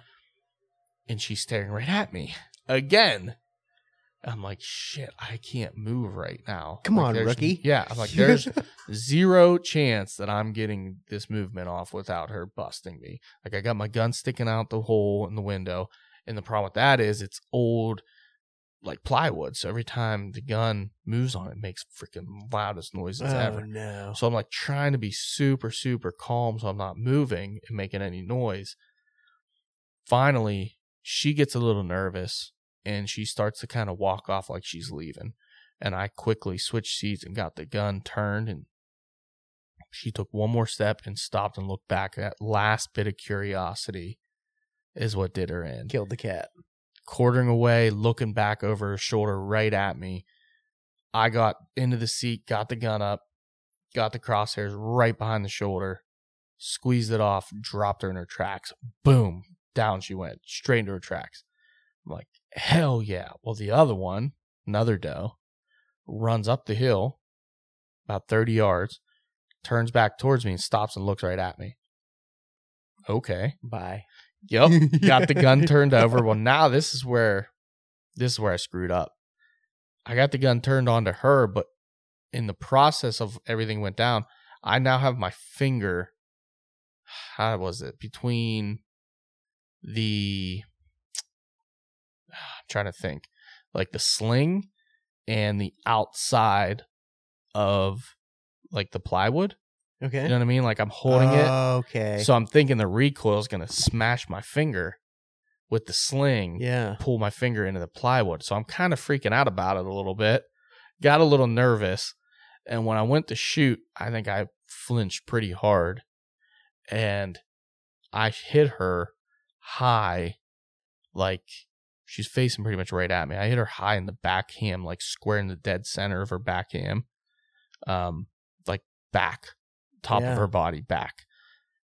Speaker 5: And she's staring right at me again. I'm like, shit, I can't move right now.
Speaker 4: Come
Speaker 5: Like,
Speaker 4: on,
Speaker 5: there's-
Speaker 4: rookie. Oh,
Speaker 5: Yeah. I'm like, there's zero chance that I'm getting this movement off without her busting me. Like I got my gun sticking out the hole in the window, and the problem with that is it's old, like plywood. So every time the gun moves on, it, it makes freaking loudest noises
Speaker 4: oh,
Speaker 5: ever.
Speaker 4: no.
Speaker 5: So I'm like trying to be super, super calm so I'm not moving and making any noise. Finally, she gets a little nervous and she starts to kind of walk off like she's leaving. And I quickly switched seats and got the gun turned and she took one more step and stopped and looked back. That last bit of curiosity is what did her in
Speaker 4: Killed the cat.
Speaker 5: quartering away, looking back over her shoulder right at me. I got into the seat, got the gun up, got the crosshairs right behind the shoulder, squeezed it off, dropped her in her tracks. Boom, down she went, straight into her tracks. I'm like, hell yeah. Well, the other one, another doe, runs up the hill about 30 yards, turns back towards me and stops and looks right at me. Okay.
Speaker 4: Bye.
Speaker 5: Yep Oh, got the gun turned over. Well, now this is where this is where I screwed up. I got the gun turned on to her, but in the process of everything went down, I now have my finger. How was it between the? I'm trying to think, like the sling and the outside of like the plywood.
Speaker 4: Okay.
Speaker 5: You know what I mean? Like I'm holding it.
Speaker 4: Okay.
Speaker 5: So I'm thinking the recoil is going to smash my finger with the sling,
Speaker 4: yeah.
Speaker 5: pull my finger into the plywood. So I'm kind of freaking out about it a little bit. Got a little nervous. And when I went to shoot, I think I flinched pretty hard and I hit her high, like she's facing pretty much right at me. I hit her high in the back ham, like square in the dead center of her back ham, um, like back, top
Speaker 4: Yeah.
Speaker 5: of her body, back,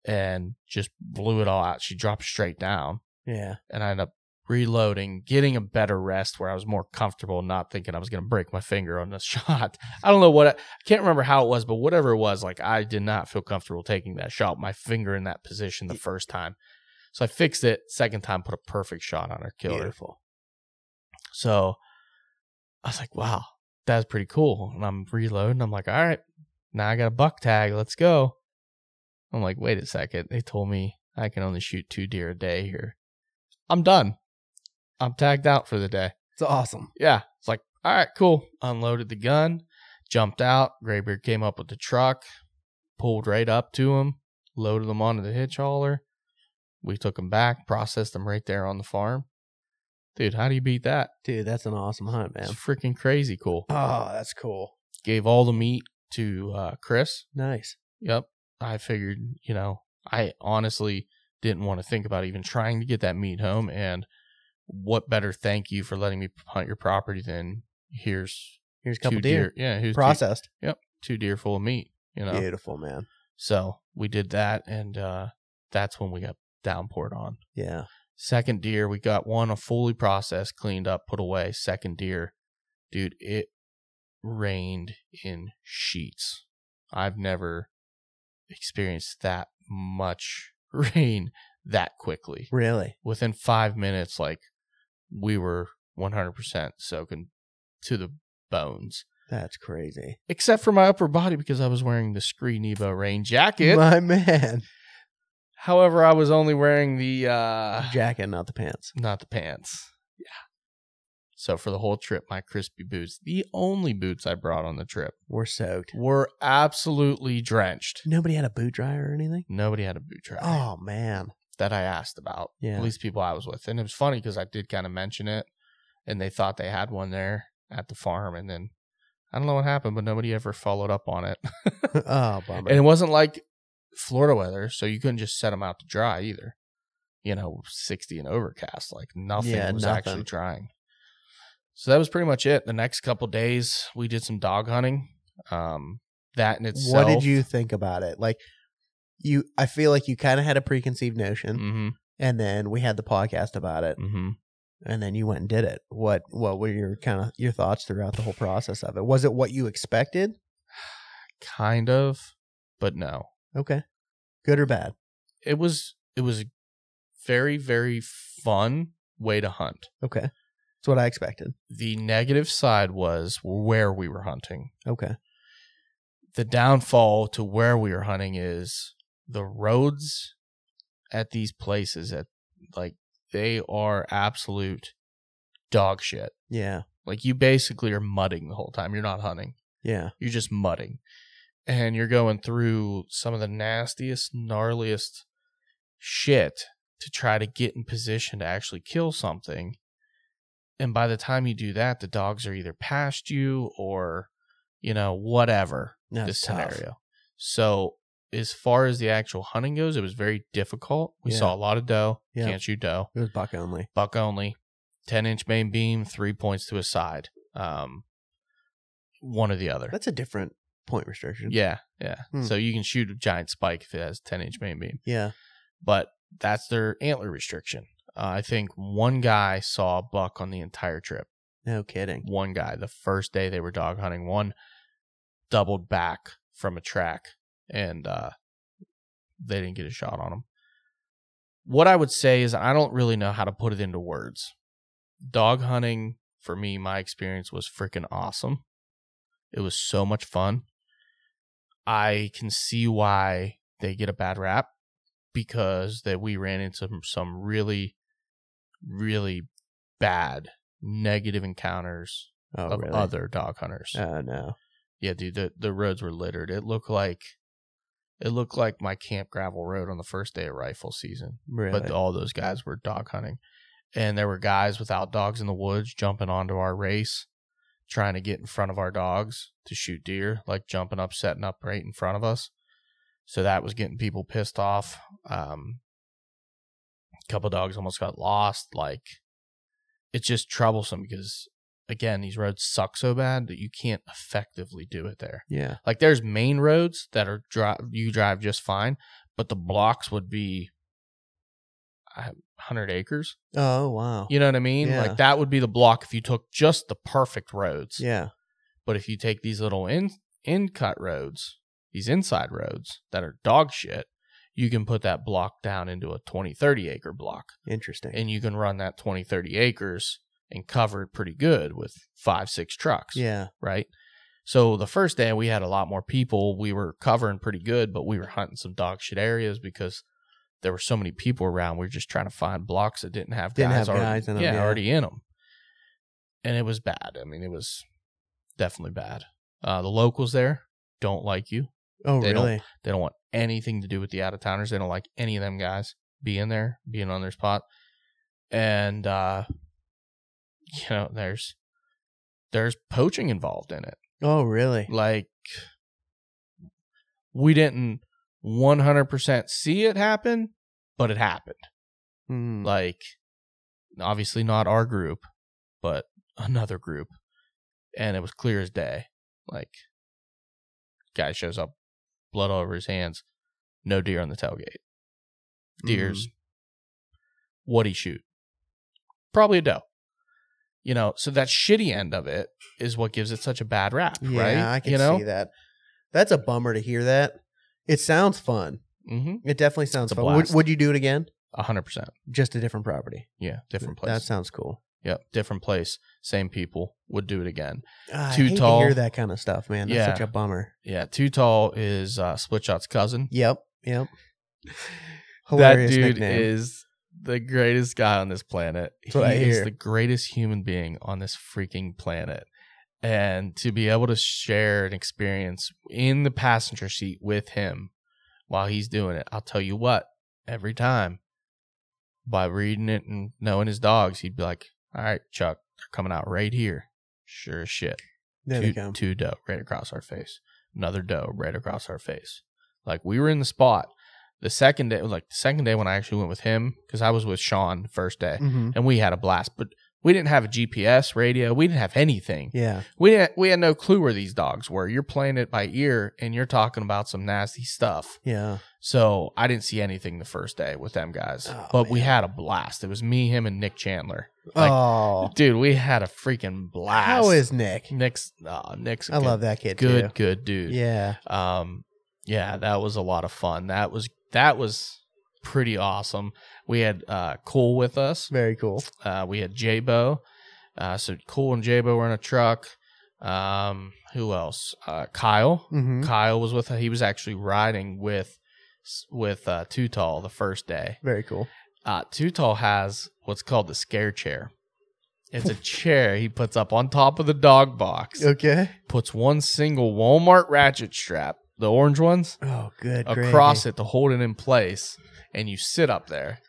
Speaker 5: and just blew it all out. She dropped straight down,
Speaker 4: Yeah.
Speaker 5: and I ended up reloading, getting a better rest where I was more comfortable, not thinking I was going to break my finger on the shot. I don't know what I, I can't remember how it was, but whatever it was, like I did not feel comfortable taking that shot, my finger in that position the first time. So I fixed it. Second time, put a perfect shot on her, killed her.
Speaker 4: Beautiful.
Speaker 5: So I was like, wow, that's pretty cool. And I'm reloading. I'm like, all right, now I got a buck tag. Let's go. I'm like, wait a second. They told me I can only shoot two deer a day here. I'm done. I'm tagged out for the day.
Speaker 4: It's awesome.
Speaker 5: Yeah. It's like, all right, cool. Unloaded the gun, jumped out. Graybeard came up with the truck, pulled right up to him, loaded them onto the hitch hauler. We took them back, processed them right there on the farm. Dude, how do you beat that?
Speaker 4: Dude, that's an awesome hunt, man.
Speaker 5: It's freaking crazy cool.
Speaker 4: Oh, that's cool.
Speaker 5: Gave all the meat to uh, Chris.
Speaker 4: Nice.
Speaker 5: Yep. I figured, you know, I honestly didn't want to think about even trying to get that meat home. And what better thank you for letting me hunt your property than here's
Speaker 4: Here's a couple
Speaker 5: two
Speaker 4: deer.
Speaker 5: Yeah, here's two,
Speaker 4: Processed.
Speaker 5: two deer full of meat. You know,
Speaker 4: Beautiful, man.
Speaker 5: so we did that, and uh, that's when we got downpoured on.
Speaker 4: Yeah.
Speaker 5: Second deer, we got one a fully processed, cleaned up, put away. Second deer, dude, it rained in sheets. I've never experienced that much rain that quickly.
Speaker 4: Really?
Speaker 5: Within five minutes, like we were 100% soaking to the bones
Speaker 4: That's crazy.
Speaker 5: except for my upper body because I was wearing the Scree Nebo rain jacket.
Speaker 4: My man.
Speaker 5: However, I was only wearing the uh
Speaker 4: Jacket, not the pants.
Speaker 5: not the pants. Yeah. So for the whole trip, my crispy boots, the only boots I brought on the trip,
Speaker 4: We're soaked.
Speaker 5: were absolutely drenched.
Speaker 4: Nobody had a boot dryer or anything?
Speaker 5: Nobody had a boot dryer
Speaker 4: Oh, man.
Speaker 5: that I asked about.
Speaker 4: Yeah.
Speaker 5: At least people I was with. And it was funny because I did kind of mention it and they thought they had one there at the farm and then I don't know what happened, but nobody ever followed up on it.
Speaker 4: oh, bummer.
Speaker 5: And it wasn't like Florida weather, so you couldn't just set them out to dry either. You know, 60 and overcast, like nothing
Speaker 4: Yeah,
Speaker 5: was
Speaker 4: nothing.
Speaker 5: actually drying. So that was pretty much it. The next couple days, we did some dog hunting. Um, that in itself.
Speaker 4: what did you think about it? Like, you, I feel like you kind of had a preconceived notion,
Speaker 5: hmm
Speaker 4: and then we had the podcast about it,
Speaker 5: hmm
Speaker 4: and then you went and did it. What, what were your kind of your thoughts throughout the whole process of it? Was it what you expected?
Speaker 5: Kind of, but no.
Speaker 4: Okay, good or bad?
Speaker 5: It was it was a very very fun way to hunt.
Speaker 4: Okay, that's what I expected.
Speaker 5: The negative side was where we were hunting.
Speaker 4: Okay,
Speaker 5: the downfall to where we were hunting is the roads at these places at like they are absolute dog shit.
Speaker 4: yeah,
Speaker 5: Like you basically are mudding the whole time. You're not hunting.
Speaker 4: yeah,
Speaker 5: You're just mudding. And you're going through some of the nastiest, gnarliest shit to try to get in position to actually kill something. And by the time you do that, the dogs are either past you or, you know, whatever
Speaker 4: no,
Speaker 5: this
Speaker 4: it's tough.
Speaker 5: scenario. So as far as the actual hunting goes, it was very difficult. We
Speaker 4: Yeah.
Speaker 5: saw a lot of doe.
Speaker 4: Yeah.
Speaker 5: Can't shoot doe.
Speaker 4: It was buck only.
Speaker 5: Buck only. Ten inch main beam, three points to a side. Um, one or the other.
Speaker 4: That's a different point restriction.
Speaker 5: yeah, yeah.
Speaker 4: Hmm.
Speaker 5: So you can shoot a giant spike if it has ten inch main beam,
Speaker 4: yeah,
Speaker 5: but that's their antler restriction. Uh, I think one guy saw a buck on the entire trip.
Speaker 4: no kidding.
Speaker 5: One guy, the first day they were dog hunting, one doubled back from a track and uh, they didn't get a shot on him. What I would say is, I don't really know how to put it into words. Dog hunting, for me, my experience was freaking awesome. It was so much fun. I can see why they get a bad rap because that we ran into some- some really, really bad negative encounters
Speaker 4: Oh,
Speaker 5: of
Speaker 4: really?
Speaker 5: other dog hunters.
Speaker 4: Oh no.
Speaker 5: Yeah, dude, the, the roads were littered. It looked like it looked like my camp gravel road on the first day of rifle season.
Speaker 4: Really?
Speaker 5: But all those guys were dog hunting. And there were guys without dogs in the woods jumping onto our race, trying to get in front of our dogs to shoot deer, like jumping up, setting up right in front of us. So that was getting people pissed off. Um, a couple dogs almost got lost. Like, it's just troublesome because, again, these roads suck so bad that you can't effectively do it there.
Speaker 4: yeah.
Speaker 5: Like there's main roads that are drive you drive just fine, but the blocks would be uh, 100 acres.
Speaker 4: Oh wow.
Speaker 5: You know what I mean?
Speaker 4: Yeah.
Speaker 5: Like that would be the block if you took just the perfect roads.
Speaker 4: Yeah.
Speaker 5: But if you take these little in in cut roads, these inside roads that are dog shit, you can put that block down into a 20 30 acre block
Speaker 4: Interesting.
Speaker 5: and you can run that 20 30 acres and cover it pretty good with 5 6 trucks
Speaker 4: yeah.
Speaker 5: right? So the first day we had a lot more people. We were covering pretty good, but we were hunting some dog shit areas because there were so many people around. We were just trying to find blocks that didn't have
Speaker 4: Didn't
Speaker 5: guys,
Speaker 4: have guys in 'em,
Speaker 5: yeah,
Speaker 4: yeah.
Speaker 5: already in them. And it was bad. I mean, it was definitely bad. Uh, the locals there don't like you.
Speaker 4: Oh
Speaker 5: They don't-
Speaker 4: really?
Speaker 5: They don't want anything to do with the out of towners. They don't like any of them guys being there, being on their spot. And uh, you know, there's there's poaching involved in it
Speaker 4: Oh really?
Speaker 5: like we didn't 100% see it happen but it happened
Speaker 4: Hmm.
Speaker 5: like obviously not our group but another group and it was clear as day like guy shows up blood all over his hands no deer on the tailgate deers
Speaker 4: Hmm.
Speaker 5: what'd he shoot probably a doe you know so that shitty end of it is what gives it such a bad rap
Speaker 4: Yeah,
Speaker 5: right
Speaker 4: I can
Speaker 5: you know
Speaker 4: see that. That's a bummer to hear that. It sounds fun.
Speaker 5: Mm-hmm.
Speaker 4: It definitely sounds
Speaker 5: It's a
Speaker 4: fun. Would,
Speaker 5: blast.
Speaker 4: would you do it again?
Speaker 5: A hundred percent.
Speaker 4: Just a different property.
Speaker 5: Yeah. Different place.
Speaker 4: That sounds cool.
Speaker 5: yep. Different place. Same people would do it again.
Speaker 4: Ah,
Speaker 5: Too
Speaker 4: I hate
Speaker 5: tall.
Speaker 4: To hear that kind of stuff, man. That's
Speaker 5: Yeah.
Speaker 4: such a bummer.
Speaker 5: Yeah. Too tall is uh, Split Shot's cousin.
Speaker 4: Yep. Yep.
Speaker 5: that
Speaker 4: Hilarious
Speaker 5: dude
Speaker 4: nickname.
Speaker 5: is the greatest guy on this planet.
Speaker 4: That's what I
Speaker 5: he is
Speaker 4: hear.
Speaker 5: the greatest human being on this freaking planet. And to be able to share an experience in the passenger seat with him while he's doing it, I'll tell you what, every time by reading it and knowing his dogs, he'd be like, All right, Chuck, they're coming out right here. Sure as shit.
Speaker 4: there
Speaker 5: two,
Speaker 4: they come.
Speaker 5: two doe right across our face. Another doe right across our face. Like we were in the spot. The second day, like the second day when I actually went with him, because I was with Sean the first day,
Speaker 4: hmm
Speaker 5: and we had a blast. But we didn't have a GPS radio. We didn't have anything.
Speaker 4: Yeah.
Speaker 5: We had, we had no clue where these dogs were. You're playing it by ear, and you're talking about some nasty stuff.
Speaker 4: Yeah.
Speaker 5: So I didn't see anything the first day with them guys.
Speaker 4: Oh,
Speaker 5: but we
Speaker 4: man.
Speaker 5: had a blast. It was me, him, and Nick Chandler. Like,
Speaker 4: oh.
Speaker 5: Dude, we had a freaking blast.
Speaker 4: How is Nick?
Speaker 5: Nick's? Oh, Nick's. a
Speaker 4: I
Speaker 5: good-
Speaker 4: love that kid
Speaker 5: good
Speaker 4: too.
Speaker 5: good dude
Speaker 4: Yeah.
Speaker 5: um yeah that was a lot of fun that was that was pretty awesome we had uh cool with us
Speaker 4: Very cool.
Speaker 5: uh we had jabo uh so cool and jabo were in a truck um who else uh kyle
Speaker 4: hmm
Speaker 5: kyle was with he was actually riding with with uh too tall the first day
Speaker 4: Very cool.
Speaker 5: uh, Tutal has what's called the scare chair. It's a chair he puts up on top of the dog box
Speaker 4: Okay.
Speaker 5: puts one single Walmart ratchet strap, the orange ones,
Speaker 4: Oh, good.
Speaker 5: across it to hold it in place, and you sit up there.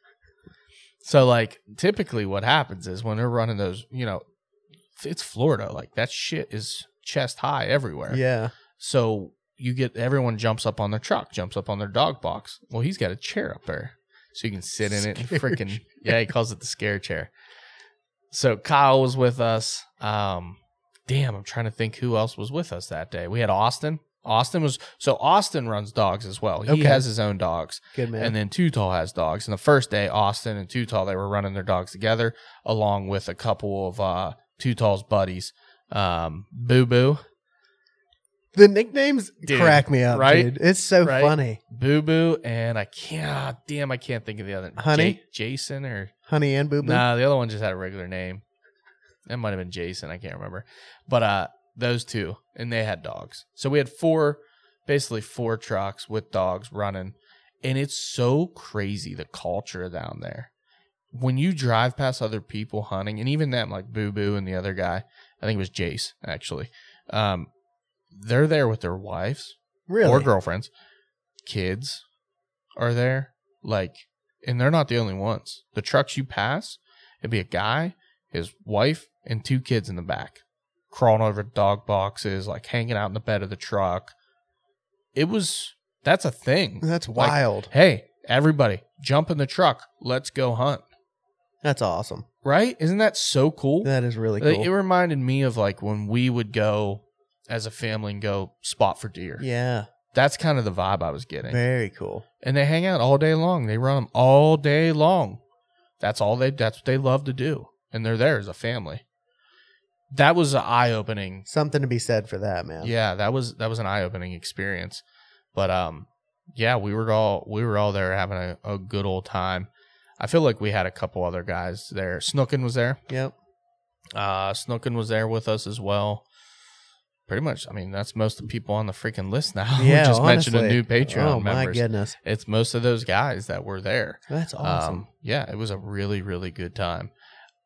Speaker 5: So, like, typically what happens is when they're running those, you know, it's Florida, like that shit is chest high everywhere.
Speaker 4: Yeah.
Speaker 5: So you get everyone jumps up on their truck, jumps up on their dog box. Well, he's got a chair up there, so you can sit in it and
Speaker 4: Scare
Speaker 5: freaking yeah. He calls it the scare chair. So Kyle was with us. Um, damn, I'm trying to think who else was with us that day. We had Austin. Austin was so Austin runs dogs as well. He
Speaker 4: Okay.
Speaker 5: has his own dogs,
Speaker 4: Good man.
Speaker 5: and then Tutal has dogs. And the first day, Austin and Tutal they were running their dogs together, along with a couple of uh, Tutal's buddies, um, Boo Boo.
Speaker 4: the nicknames
Speaker 5: Dude,
Speaker 4: crack me up,
Speaker 5: right?
Speaker 4: dude. It's so
Speaker 5: Right?
Speaker 4: funny.
Speaker 5: Boo Boo, and I can't. ah, damn, I can't think of the other.
Speaker 4: Honey?
Speaker 5: Ja- Jason, or
Speaker 4: Honey and Boo Boo.
Speaker 5: nah, the other one just had a regular name. That might have been Jason. I can't remember. But uh, those two, and they had dogs. So we had four basically four trucks with dogs running. And it's so crazy the culture down there. When you drive past other people hunting, and even them, like Boo Boo and the other guy, I think it was Jace actually, um, they're there with their wives
Speaker 4: Really?
Speaker 5: or girlfriends. Kids are there. Like, and they're not the only ones. The trucks you pass, it'd be a guy, his wife, and two kids in the back, crawling over dog boxes, like hanging out in the bed of the truck. It was, that's a thing.
Speaker 4: That's
Speaker 5: Like,
Speaker 4: wild.
Speaker 5: hey, everybody, jump in the truck. Let's go hunt.
Speaker 4: That's awesome.
Speaker 5: Right? Isn't that so cool?
Speaker 4: That is really
Speaker 5: Like,
Speaker 4: cool.
Speaker 5: It reminded me of like when we would go as a family and go spot for deer.
Speaker 4: yeah.
Speaker 5: That's kind of the vibe I was getting.
Speaker 4: Very cool.
Speaker 5: and they hang out all day long. They run them all day long. That's all they. That's what they love to do, and they're there as a family. That was an eye opening.
Speaker 4: Something to be said for that, man.
Speaker 5: Yeah, that was that was an eye opening experience. But um, yeah, we were all we were all there having a, a good old time. I feel like we had a couple other guys there. Snookin was there.
Speaker 4: Yep.
Speaker 5: Uh, Snookin was there with us as well. Pretty much, I mean, that's most of the people on the freaking list now. we
Speaker 4: Yeah.
Speaker 5: just mentioned a
Speaker 4: honestly.
Speaker 5: new Patreon
Speaker 4: Oh my
Speaker 5: members.
Speaker 4: goodness.
Speaker 5: It's most of those guys that were there.
Speaker 4: That's awesome.
Speaker 5: Um, yeah, it was a really, really good time.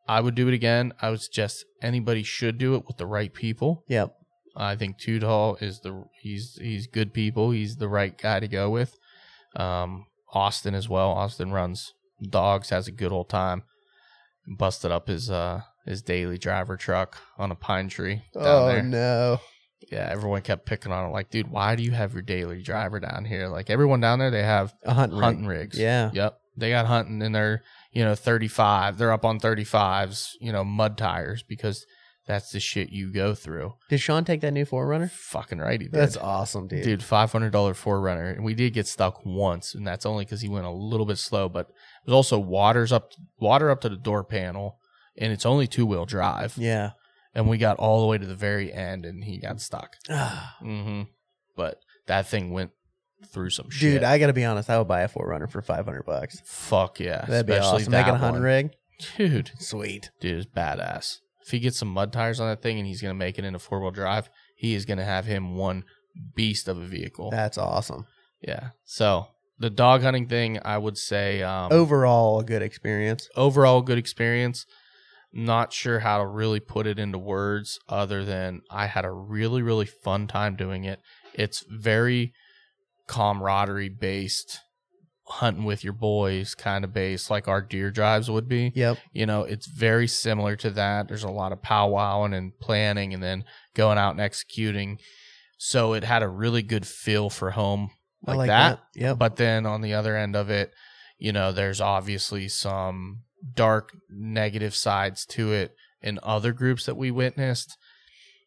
Speaker 5: I would do it again. I would suggest anybody should do it with the right people.
Speaker 4: yep.
Speaker 5: I think Tudal is the he's he's good people. He's the right guy to go with. Um, Austin as well. Austin runs dogs, has a good old time. Busted up his uh his daily driver truck on a pine tree down
Speaker 4: Oh
Speaker 5: there.
Speaker 4: no.
Speaker 5: Yeah, everyone kept picking on it. Like, dude, why do you have your daily driver down here? Like everyone down there, they have
Speaker 4: A hunt ring.
Speaker 5: hunting rigs.
Speaker 4: Yeah.
Speaker 5: Yep. They got hunting and they're, you know, 35. They're up on 35s, you know, mud tires because that's the shit you go through.
Speaker 4: Did Sean take that new forerunner?
Speaker 5: Fucking right, he did.
Speaker 4: That's awesome, dude.
Speaker 5: Dude, $500 forerunner. And we did get stuck once, and that's only because he went a little bit slow, but there's also waters up, water up to the door panel, and it's only two wheel drive.
Speaker 4: Yeah.
Speaker 5: And we got all the way to the very end, and he got stuck. Mm-hmm. But that thing went through some shit.
Speaker 4: Dude, I gotta be honest. I would buy a forerunner for five hundred bucks.
Speaker 5: Fuck yeah.
Speaker 4: That'd be
Speaker 5: especially
Speaker 4: awesome. Make it a
Speaker 5: that
Speaker 4: hunt
Speaker 5: one.
Speaker 4: rig.
Speaker 5: Dude,
Speaker 4: Sweet.
Speaker 5: dude is badass. If he gets some mud tires on that thing and he's gonna make it into four wheel drive, he is gonna have him one beast of a vehicle.
Speaker 4: That's awesome.
Speaker 5: yeah. So the dog hunting thing, I would say, um,
Speaker 4: Overall, a good experience.
Speaker 5: overall good experience. Not sure how to really put it into words other than I had a really really fun time doing it. It's very camaraderie based, hunting with your boys kind of based, like our deer drives would be.
Speaker 4: Yep.
Speaker 5: You know, it's very similar to that. There's a lot of powwowing and planning and then going out and executing. So it had a really good feel for home like, that.
Speaker 4: Yep.
Speaker 5: But then on the other end of it, you know, there's obviously some dark negative sides to it in other groups that we witnessed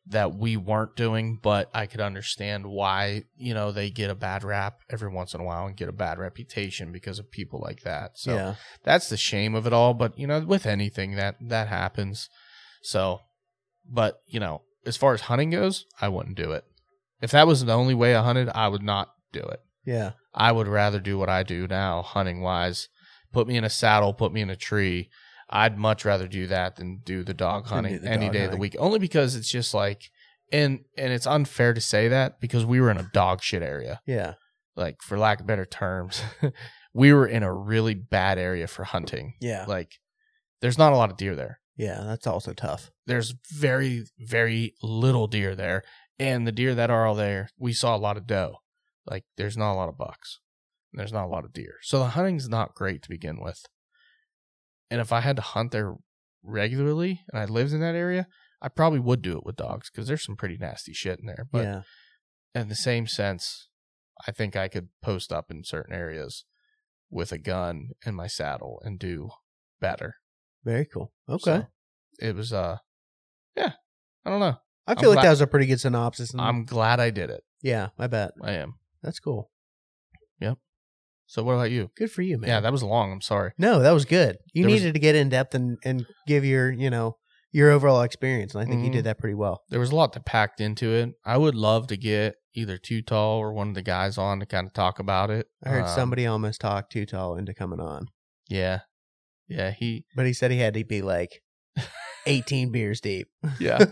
Speaker 5: that we weren't doing, but I could understand why, you know, they get a bad rap every once in a while and get a bad reputation because of people like that. So
Speaker 4: yeah.
Speaker 5: that's the shame of it all but you know with anything that that happens so but you know as far as hunting goes i wouldn't do it if that was the only way i hunted i would not do it
Speaker 4: Yeah.
Speaker 5: i would rather do what i do now hunting wise put me in a saddle put me in a tree i'd much rather do that than do the dog
Speaker 4: Than do
Speaker 5: hunting
Speaker 4: the
Speaker 5: any
Speaker 4: dog
Speaker 5: day of the
Speaker 4: hunting.
Speaker 5: week only because it's just like and and it's unfair to say that because we were in a dog shit area
Speaker 4: Yeah.
Speaker 5: like for lack of better terms we were in a really bad area for hunting
Speaker 4: Yeah.
Speaker 5: like there's not a lot of deer there
Speaker 4: Yeah. That's also tough.
Speaker 5: there's very very little deer there and the deer that are all there we saw a lot of doe like there's not a lot of bucks there's not a lot of deer so the hunting's not great to begin with and if i had to hunt there regularly and i lived in that area i probably would do it with dogs because there's some pretty nasty shit in there but
Speaker 4: yeah.
Speaker 5: in the same sense, I think I could post up in certain areas with a gun and my saddle and do better.
Speaker 4: Very cool. Okay.
Speaker 5: So, it was uh yeah. I don't know.
Speaker 4: I
Speaker 5: I'm
Speaker 4: feel like
Speaker 5: glad-
Speaker 4: that was a pretty good synopsis. and-
Speaker 5: I'm glad I did it.
Speaker 4: yeah, I bet.
Speaker 5: I am.
Speaker 4: That's cool.
Speaker 5: So what about you?
Speaker 4: Good for you, man.
Speaker 5: Yeah, that was long. I'm sorry.
Speaker 4: no, that was good. You
Speaker 5: There was-
Speaker 4: needed to get in depth and, and give your, you know, your overall experience. And I think you
Speaker 5: Mhm.
Speaker 4: did that pretty well.
Speaker 5: There was a lot that packed into it. I would love to get either Too Tall or one of the guys on to kind of talk about it.
Speaker 4: I heard
Speaker 5: Um,
Speaker 4: somebody almost talked too tall into coming on,
Speaker 5: Yeah. Yeah, he
Speaker 4: but he said he had to be like 18 beers deep.
Speaker 5: Yeah.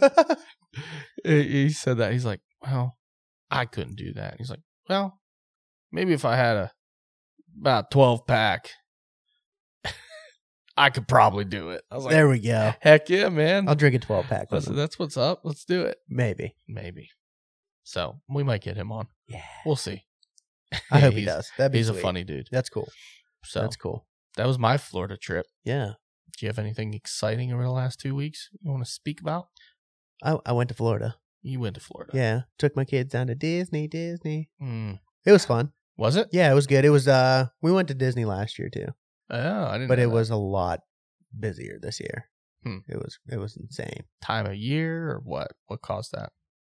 Speaker 5: he he said that. He's like, well, I couldn't do that. He's like, well, maybe if I had a about twelve pack, I could probably do it. I was like,
Speaker 4: there we go.
Speaker 5: heck yeah, man.
Speaker 4: I'll drink a 12 pack.
Speaker 5: That's, that's what's up. Let's do it.
Speaker 4: Maybe.
Speaker 5: Maybe. So we might get him on.
Speaker 4: Yeah.
Speaker 5: We'll see.
Speaker 4: I hope he
Speaker 5: He's-
Speaker 4: does. That'd be
Speaker 5: He's a
Speaker 4: sweet.
Speaker 5: funny dude.
Speaker 4: That's cool.
Speaker 5: So
Speaker 4: That's cool.
Speaker 5: that was my Florida trip.
Speaker 4: Yeah.
Speaker 5: Do you have anything exciting over the last two weeks you want to speak about?
Speaker 4: I, I went to Florida.
Speaker 5: You went to Florida.
Speaker 4: Yeah. Took my kids down to Disney, Disney.
Speaker 5: Mm.
Speaker 4: It was fun.
Speaker 5: Was it?
Speaker 4: Yeah, it was good. It was uh we went to Disney last year too.
Speaker 5: Oh, I didn't.
Speaker 4: But
Speaker 5: know
Speaker 4: it
Speaker 5: that.
Speaker 4: was a lot busier this year.
Speaker 5: Hmm.
Speaker 4: It was it was insane.
Speaker 5: time of year or what? What caused that?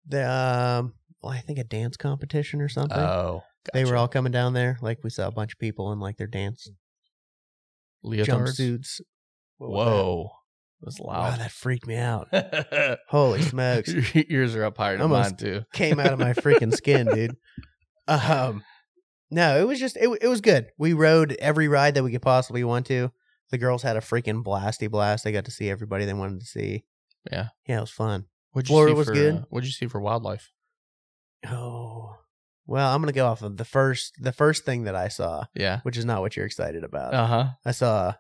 Speaker 4: The um well, I think a dance competition or something.
Speaker 5: Oh,
Speaker 4: They were
Speaker 5: gotcha.
Speaker 4: all coming down there. Like we saw a bunch of people in like their dance
Speaker 5: leotards.
Speaker 4: jumpsuits. What was that?
Speaker 5: Whoa, that was
Speaker 4: Wow,
Speaker 5: loud.
Speaker 4: that freaked me out. Holy smokes.
Speaker 5: Your ears are up higher than
Speaker 4: Almost
Speaker 5: mine too.
Speaker 4: came out of my freaking skin, dude. Um, no, it was just it. It was good. We rode every ride that we could possibly want to. The girls had a freaking blasty blast. They got to see everybody they wanted to see.
Speaker 5: Yeah.
Speaker 4: yeah, it was fun.
Speaker 5: What'd
Speaker 4: Florida
Speaker 5: see
Speaker 4: was
Speaker 5: for,
Speaker 4: good.
Speaker 5: uh, what'd you see for wildlife?
Speaker 4: Oh, well, I'm gonna go off of the first the first thing that I saw,
Speaker 5: Yeah.
Speaker 4: which is not what you're excited about.
Speaker 5: Uh huh.
Speaker 4: I saw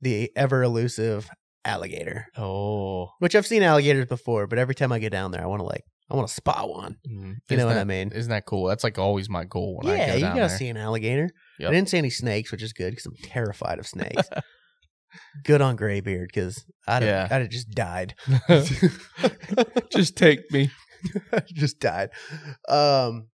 Speaker 4: the ever elusive alligator,
Speaker 5: Oh,
Speaker 4: which I've seen alligators before, but every time I get down there, I want to like I want to spot one.
Speaker 5: you
Speaker 4: You know what I mean?
Speaker 5: Mm-hmm. Isn't that cool? That's like always my goal when I
Speaker 4: yeah,
Speaker 5: go
Speaker 4: you
Speaker 5: down
Speaker 4: gotta
Speaker 5: there.
Speaker 4: see an alligator.
Speaker 5: Yep.
Speaker 4: I didn't see any snakes, which is good because I'm terrified of snakes. good on Graybeard because I'd
Speaker 5: Yeah.
Speaker 4: have, I'd have just died.
Speaker 5: Just take me.
Speaker 4: just died. Um,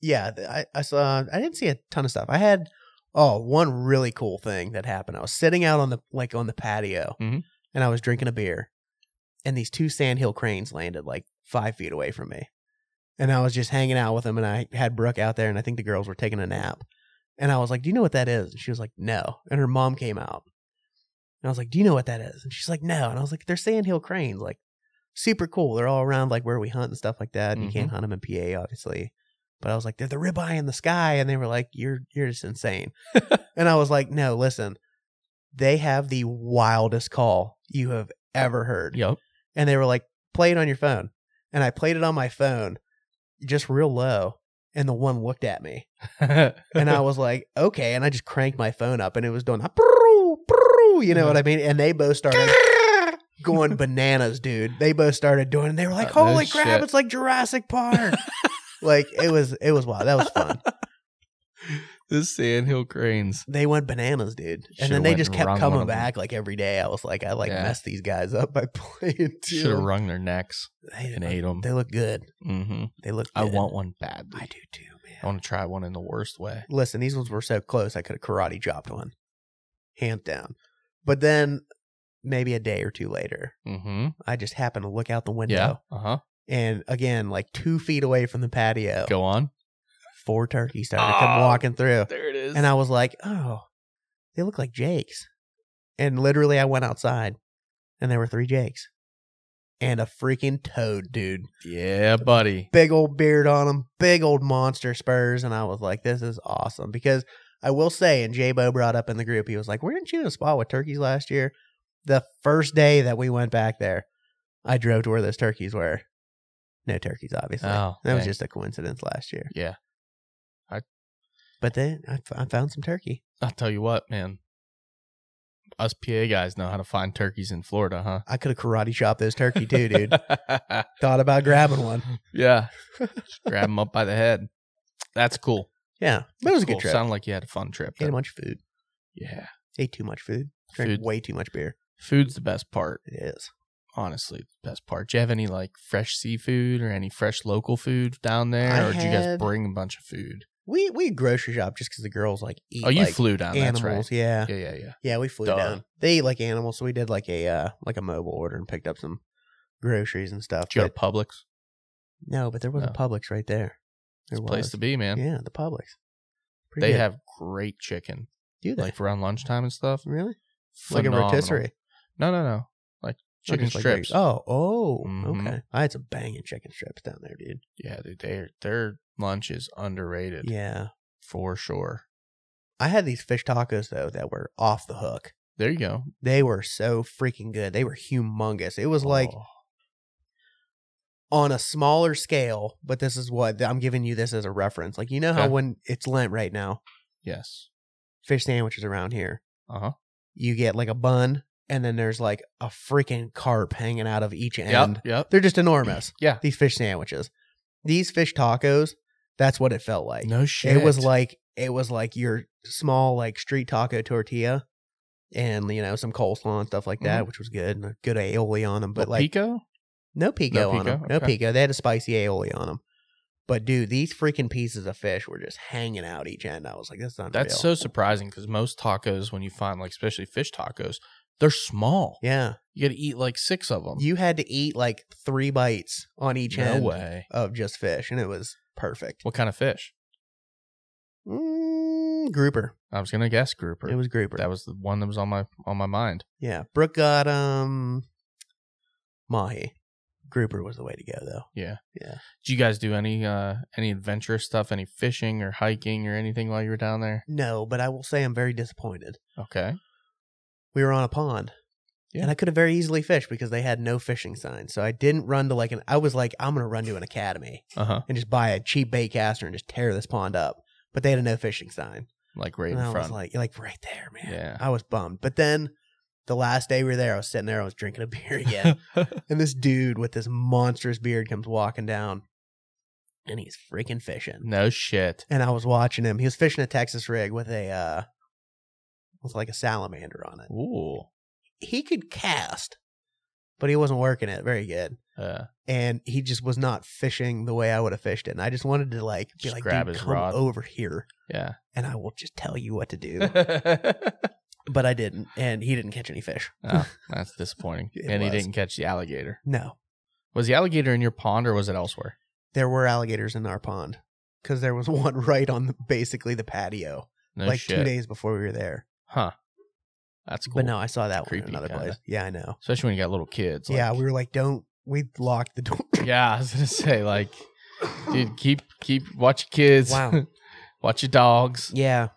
Speaker 4: yeah, th- I, I saw. I didn't see a ton of stuff. I had oh one really cool thing that happened. I was sitting out on the like on the patio,
Speaker 5: Mhm.
Speaker 4: and I was drinking a beer, and these two sandhill cranes landed like five feet away from me, and I was just hanging out with them, and I had Brooke out there, and I think the girls were taking a nap, and I was like, "Do you know what that is?" And she was like, "No," and her mom came out. And I was like, "Do you know what that is?" And she's like, "No." And I was like, "They're sandhill cranes. Like, super cool. They're all around like where we hunt and stuff like that. You can't hunt them in PA, obviously. But I was like, they're the ribeye in the sky, and they were like, you're you're just insane. and I was like, no, listen, they have the wildest call you have ever heard.
Speaker 5: Yep.
Speaker 4: And they were like, play it on your phone. And I played it on my phone, just real low. And the one looked at me and I was like, okay. And I just cranked my phone up, and it was doing, a brrrr, brrrr, you know
Speaker 5: Uh-huh.
Speaker 4: what I mean? And they both started going bananas, dude. They both started doing, and they were like,
Speaker 5: Uh, no
Speaker 4: holy crap,
Speaker 5: shit.
Speaker 4: it's like Jurassic Park. like it was, it was wild. That was fun.
Speaker 5: the sandhill cranes.
Speaker 4: They went bananas, dude. And
Speaker 5: Shoulda
Speaker 4: then they
Speaker 5: went
Speaker 4: just
Speaker 5: and
Speaker 4: kept
Speaker 5: wrung one
Speaker 4: coming
Speaker 5: of them.
Speaker 4: back like every day. I was like, I like
Speaker 5: Yeah.
Speaker 4: messed these guys up by playing too.
Speaker 5: Should have wrung their necks
Speaker 4: They,
Speaker 5: and ate them.
Speaker 4: they look good.
Speaker 5: hmm
Speaker 4: They look.
Speaker 5: I
Speaker 4: good.
Speaker 5: want one badly.
Speaker 4: I do too, man.
Speaker 5: I want to try one in the worst way.
Speaker 4: listen, these ones were so close, I could have karate chopped one, hand down. But then maybe a day or two later,
Speaker 5: Mm-hmm.
Speaker 4: I just happened to look out the window,
Speaker 5: Yeah. Uh huh.
Speaker 4: and again, like two feet away from the patio,
Speaker 5: Go on.
Speaker 4: four turkeys started to come
Speaker 5: Oh.
Speaker 4: walking through,
Speaker 5: There it is.
Speaker 4: and I was like, oh, they look like Jakes, and literally, I went outside, and there were three Jakes, and a freaking toad, dude.
Speaker 5: yeah, buddy.
Speaker 4: big old beard on him, big old monster spurs, and I was like, this is awesome because I will say, and J Bo brought up in the group, he was like, weren't you in a spot with turkeys last year? The first day that we went back there, I drove to where those turkeys were. No turkeys, obviously.
Speaker 5: Oh,
Speaker 4: that was
Speaker 5: dang.
Speaker 4: just a coincidence last year.
Speaker 5: Yeah.
Speaker 4: But then I, f- I found some turkey.
Speaker 5: I'll tell you what, man. Us PA guys know how to find turkeys in Florida, huh?
Speaker 4: I could have karate chopped those turkey too, dude. Thought about grabbing one.
Speaker 5: yeah. Just grab them up by the head. That's cool.
Speaker 4: Yeah, but it was a
Speaker 5: Cool.
Speaker 4: good trip.
Speaker 5: Sounded like you had a fun trip.
Speaker 4: Ate a
Speaker 5: then.
Speaker 4: bunch of food.
Speaker 5: Yeah.
Speaker 4: Ate too much food. Drank
Speaker 5: Food.
Speaker 4: way too much beer.
Speaker 5: Food's the best part,
Speaker 4: It is.
Speaker 5: honestly. The best part. Do you have any like fresh seafood or any fresh local food down there?
Speaker 4: I
Speaker 5: or did you guys
Speaker 4: had-
Speaker 5: bring a bunch of food?
Speaker 4: We we grocery shop just because the girls like eat.
Speaker 5: Oh, you
Speaker 4: like,
Speaker 5: flew down.
Speaker 4: animals.
Speaker 5: That's right.
Speaker 4: Yeah. yeah,
Speaker 5: Yeah, yeah, yeah.
Speaker 4: we flew
Speaker 5: Duh.
Speaker 4: down. They eat like animals, so we did like a uh, like a mobile order and picked up some groceries and stuff.
Speaker 5: Did you go to
Speaker 4: but-
Speaker 5: Publix?
Speaker 4: no, but there was a
Speaker 5: No.
Speaker 4: Publix right there. There
Speaker 5: It's a place to be, man.
Speaker 4: Yeah, the Publix. Pretty
Speaker 5: they
Speaker 4: good.
Speaker 5: have great chicken,
Speaker 4: do they?
Speaker 5: like around lunchtime and stuff.
Speaker 4: really like a
Speaker 5: Phenomenal.
Speaker 4: rotisserie
Speaker 5: No, no, no. Like
Speaker 4: Or
Speaker 5: chicken
Speaker 4: just like
Speaker 5: strips.
Speaker 4: regular- oh, oh,
Speaker 5: Mhm.
Speaker 4: okay. I had some banging chicken strips down there, dude.
Speaker 5: Yeah, dude, their their lunch is underrated
Speaker 4: Yeah,
Speaker 5: for sure.
Speaker 4: I had these fish tacos though that were off the hook.
Speaker 5: There you go.
Speaker 4: They were so freaking good. They were humongous. It was like
Speaker 5: Oh,
Speaker 4: on a smaller scale, but this is what I'm giving you this as a reference. Like you know how
Speaker 5: Okay.
Speaker 4: when it's Lent right now,
Speaker 5: Yes.
Speaker 4: fish sandwiches around here,
Speaker 5: Uh huh.
Speaker 4: you get like a bun and then there's like a freaking carp hanging out of each end.
Speaker 5: Yep. Yep.
Speaker 4: They're just enormous.
Speaker 5: Yeah.
Speaker 4: These fish sandwiches. These fish tacos, that's what it felt like.
Speaker 5: No shit.
Speaker 4: It was like it was like your small like street taco tortilla and you know some coleslaw and stuff like that, which was good and a good aioli on them, but
Speaker 5: Well,
Speaker 4: like
Speaker 5: Mm-hmm. Pico.
Speaker 4: no pico,
Speaker 5: No
Speaker 4: on them.
Speaker 5: pico?
Speaker 4: No
Speaker 5: Okay.
Speaker 4: pico. They had a spicy aioli on them. But dude, these freaking pieces of fish were just hanging out each end. I was like, this is unreal.
Speaker 5: That's so surprising because most tacos, when you find like especially fish tacos, they're small.
Speaker 4: yeah.
Speaker 5: You got to eat like six of them.
Speaker 4: You had to eat like three bites on each
Speaker 5: no
Speaker 4: end
Speaker 5: way.
Speaker 4: of just fish, and it was perfect.
Speaker 5: What kind of fish?
Speaker 4: Mm, grouper.
Speaker 5: I was gonna guess grouper.
Speaker 4: It was grouper.
Speaker 5: that was the one that was on my on my mind.
Speaker 4: yeah. Brooke got um mahi. Grouper was the way to go though.
Speaker 5: Did you guys do any uh any adventurous stuff, any fishing or hiking or anything while you were down there?
Speaker 4: No, but I will say I'm very disappointed.
Speaker 5: Okay.
Speaker 4: We were on a pond.
Speaker 5: Yeah.
Speaker 4: And I could have very easily fished because they had no fishing signs. So I didn't run to like an I was like, I'm gonna run to an academy
Speaker 5: Uh huh.
Speaker 4: and just buy a cheap bait caster and just tear this pond up. But they had a no fishing sign.
Speaker 5: Like right
Speaker 4: And I
Speaker 5: in
Speaker 4: was
Speaker 5: front.
Speaker 4: like, like right there, man.
Speaker 5: Yeah.
Speaker 4: I was bummed. But then the last day we were there, I was sitting there, I was drinking a beer again. and this dude with this monstrous beard comes walking down and he's freaking fishing.
Speaker 5: no shit.
Speaker 4: And I was watching him. He was fishing a Texas rig with a uh with like a salamander on it.
Speaker 5: Ooh.
Speaker 4: He could cast, but he wasn't working it very good.
Speaker 5: Uh,
Speaker 4: And he just was not fishing the way I would have fished it. And I just wanted to like be
Speaker 5: Just
Speaker 4: like,
Speaker 5: grab
Speaker 4: dude,
Speaker 5: his
Speaker 4: come
Speaker 5: rod."
Speaker 4: over here
Speaker 5: yeah.
Speaker 4: and I will just tell you what to do.
Speaker 5: oh,
Speaker 4: but I didn't, and he didn't catch any fish.
Speaker 5: that's disappointing.
Speaker 4: It
Speaker 5: and he
Speaker 4: was.
Speaker 5: didn't catch the alligator.
Speaker 4: No,
Speaker 5: Was the alligator in your pond or was it elsewhere?
Speaker 4: there were alligators in our pond because there was one right on the, basically the patio,
Speaker 5: No
Speaker 4: like
Speaker 5: shit.
Speaker 4: two days before we were there.
Speaker 5: Huh. That's cool.
Speaker 4: But no, I saw that one
Speaker 5: Creepy
Speaker 4: in another
Speaker 5: kinda.
Speaker 4: place. Yeah, I know.
Speaker 5: Especially when you got little kids.
Speaker 4: yeah,
Speaker 5: like-
Speaker 4: we were like, don't. We locked the door.
Speaker 5: Yeah, I was gonna say like, dude, keep keep watch your kids.
Speaker 4: Wow.
Speaker 5: watch your dogs.
Speaker 4: yeah,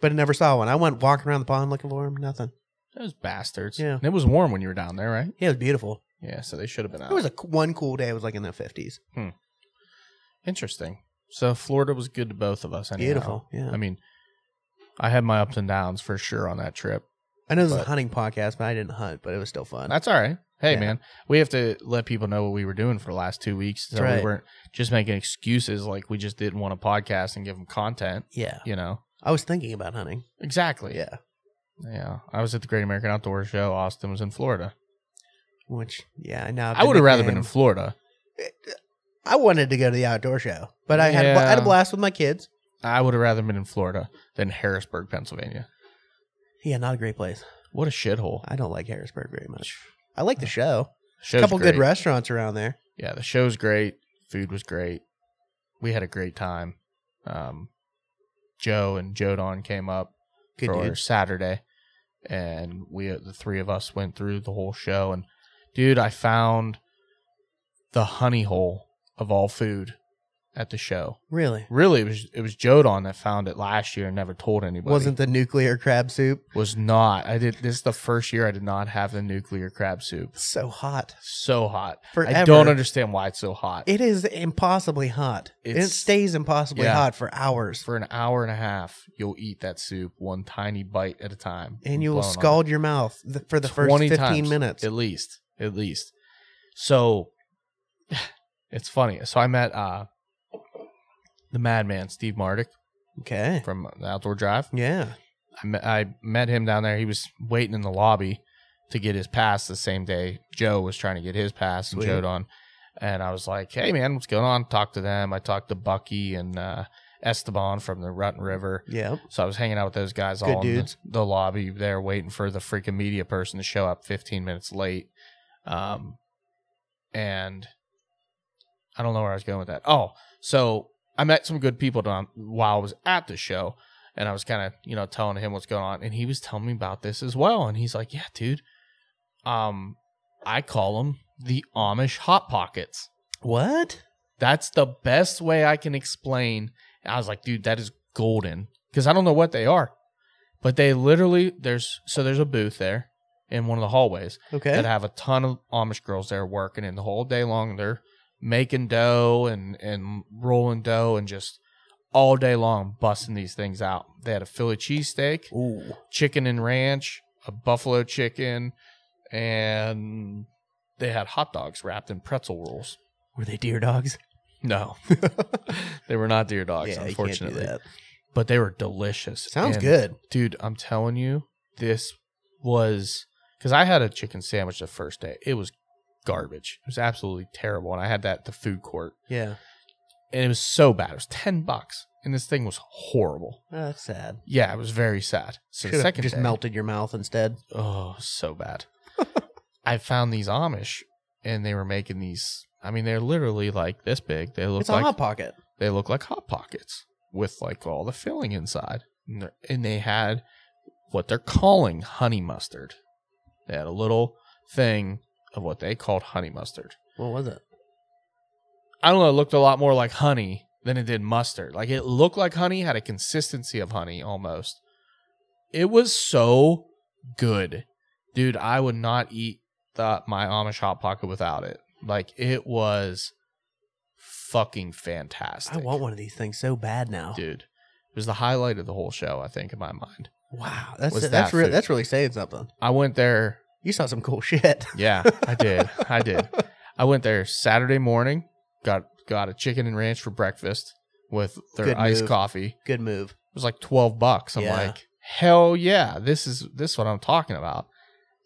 Speaker 4: but I never saw one. I went walking around the pond looking for him. Nothing.
Speaker 5: Those bastards.
Speaker 4: Yeah.
Speaker 5: And it was warm when you were down there, right?
Speaker 4: Yeah, it was beautiful.
Speaker 5: Yeah. So they should have been out.
Speaker 4: It was a c- one cool day. It was like in the fifties.
Speaker 5: Interesting. So Florida was good to both of us. Anyhow.
Speaker 4: Beautiful. Yeah.
Speaker 5: I mean, I had my ups and downs for sure on that trip.
Speaker 4: I know this is a
Speaker 5: but-
Speaker 4: hunting podcast, but I didn't hunt, but it was still fun.
Speaker 5: That's all right. Hey,
Speaker 4: Yeah.
Speaker 5: man, we have to let people know what we were doing for the last two weeks, so
Speaker 4: That's right.
Speaker 5: we weren't just making excuses like we just didn't want a podcast and give them content.
Speaker 4: yeah,
Speaker 5: You know.
Speaker 4: I was thinking about hunting.
Speaker 5: Exactly.
Speaker 4: Yeah,
Speaker 5: Yeah. I was at the Great American Outdoor Show. Austin was in Florida.
Speaker 4: which yeah, now
Speaker 5: I would have rather been in Florida.
Speaker 4: I wanted to go to the outdoor show, but I had, I had a
Speaker 5: Yeah.
Speaker 4: blast with my kids.
Speaker 5: I would have rather been in Florida than Harrisburg, Pennsylvania.
Speaker 4: Yeah, not a great place.
Speaker 5: What a shithole.
Speaker 4: I don't like Harrisburg very much. I like the show. A
Speaker 5: Show's
Speaker 4: couple
Speaker 5: great.
Speaker 4: good restaurants around there.
Speaker 5: Yeah, the show's great. Food was great. We had a great time. Um, Joe and Jodon came up
Speaker 4: Good
Speaker 5: for
Speaker 4: dudes.
Speaker 5: Saturday, and we the three of us went through the whole show. And dude, I found the honey hole of all food at the show.
Speaker 4: Really?
Speaker 5: Really, it was it was Jodon that found it last year and never told anybody.
Speaker 4: Wasn't the nuclear crab soup
Speaker 5: was not. I did this is the first year I did not have the nuclear crab soup.
Speaker 4: so hot?
Speaker 5: So hot. I
Speaker 4: Forever.
Speaker 5: don't understand why it's so hot.
Speaker 4: It is impossibly hot. And it
Speaker 5: It's-
Speaker 4: stays impossibly
Speaker 5: yeah.
Speaker 4: hot for hours.
Speaker 5: for an hour and a half, you'll eat that soup one tiny bite at a time,
Speaker 4: and you will
Speaker 5: blowing on it.
Speaker 4: scald your mouth th- for the first
Speaker 5: 20
Speaker 4: 15
Speaker 5: times,
Speaker 4: minutes.
Speaker 5: at least, at least. So it's funny. So I met uh the madman Steve Mardick
Speaker 4: Okay.
Speaker 5: from the Outdoor Drive.
Speaker 4: Yeah.
Speaker 5: I met, I met him down there. He was waiting in the lobby to get his pass the same day Joe was trying to get his pass and
Speaker 4: Sweet.
Speaker 5: Joe on. And I was like, "Hey man, what's going on?" Talked to them. I talked to Bucky and uh, Esteban from the Rutten River.
Speaker 4: Yep.
Speaker 5: So I was hanging out with those guys
Speaker 4: Good
Speaker 5: all in the,
Speaker 4: dudes.
Speaker 5: the lobby there, waiting for the freaking media person to show up 15 minutes late. Um, and I don't know where I was going with that. Oh, so I met some good people down while I was at the show, and I was kind of you know telling him what's going on, and he was telling me about this as well, and he's like, "Yeah, dude, um, I call them the Amish hot pockets."
Speaker 4: What?
Speaker 5: That's the best way I can explain. And I was like, dude, that is golden because I don't know what they are, but they literally there's so there's a booth there in one of the hallways
Speaker 4: Okay.
Speaker 5: that have a ton of Amish girls there working in the whole day long. They're making dough and and rolling dough and just all day long busting these things out. They had a Philly cheesesteak,
Speaker 4: Ooh.
Speaker 5: chicken and ranch, a buffalo chicken, and they had hot dogs wrapped in pretzel rolls.
Speaker 4: Were they deer dogs?
Speaker 5: No, they were not deer dogs,
Speaker 4: you can't do
Speaker 5: unfortunately,
Speaker 4: that.
Speaker 5: but they were delicious.
Speaker 4: Sounds
Speaker 5: And,
Speaker 4: good.
Speaker 5: dude. I'm telling you, this was because I had a chicken sandwich the first day. It was garbage. It was absolutely terrible, and I had that at the food court,
Speaker 4: Yeah.
Speaker 5: and it was so bad. It was ten bucks, and this thing was horrible.
Speaker 4: Oh, that's sad.
Speaker 5: Yeah, it was very sad. So the
Speaker 4: Should have
Speaker 5: second
Speaker 4: just
Speaker 5: day,
Speaker 4: melted your mouth instead.
Speaker 5: oh so bad i found these amish and they were making these i mean they're literally like this big they look
Speaker 4: It's a
Speaker 5: like
Speaker 4: hot pocket.
Speaker 5: they look like hot pockets with like all the filling inside and, they're- and they had what they're calling honey mustard they had a little thing of what they called honey mustard
Speaker 4: What was it?
Speaker 5: i don't know it looked a lot more like honey than it did mustard like it looked like honey had a consistency of honey almost it was so good dude i would not eat the, my amish hot pocket without it like it was fucking fantastic
Speaker 4: I want one of these things so bad now.
Speaker 5: dude. It was the highlight of the whole show, I think, in my mind.
Speaker 4: Wow, that's
Speaker 5: Was
Speaker 4: that's
Speaker 5: that
Speaker 4: re-
Speaker 5: food.
Speaker 4: that's really saying something.
Speaker 5: I went there.
Speaker 4: You saw some cool shit.
Speaker 5: Yeah, I did. I did. I went there Saturday morning. Got got a chicken and ranch for breakfast with their
Speaker 4: Good
Speaker 5: iced
Speaker 4: move.
Speaker 5: coffee. It
Speaker 4: Good move.
Speaker 5: was like twelve bucks. I'm
Speaker 4: Yeah.
Speaker 5: like, hell yeah, this is this is what I'm talking about.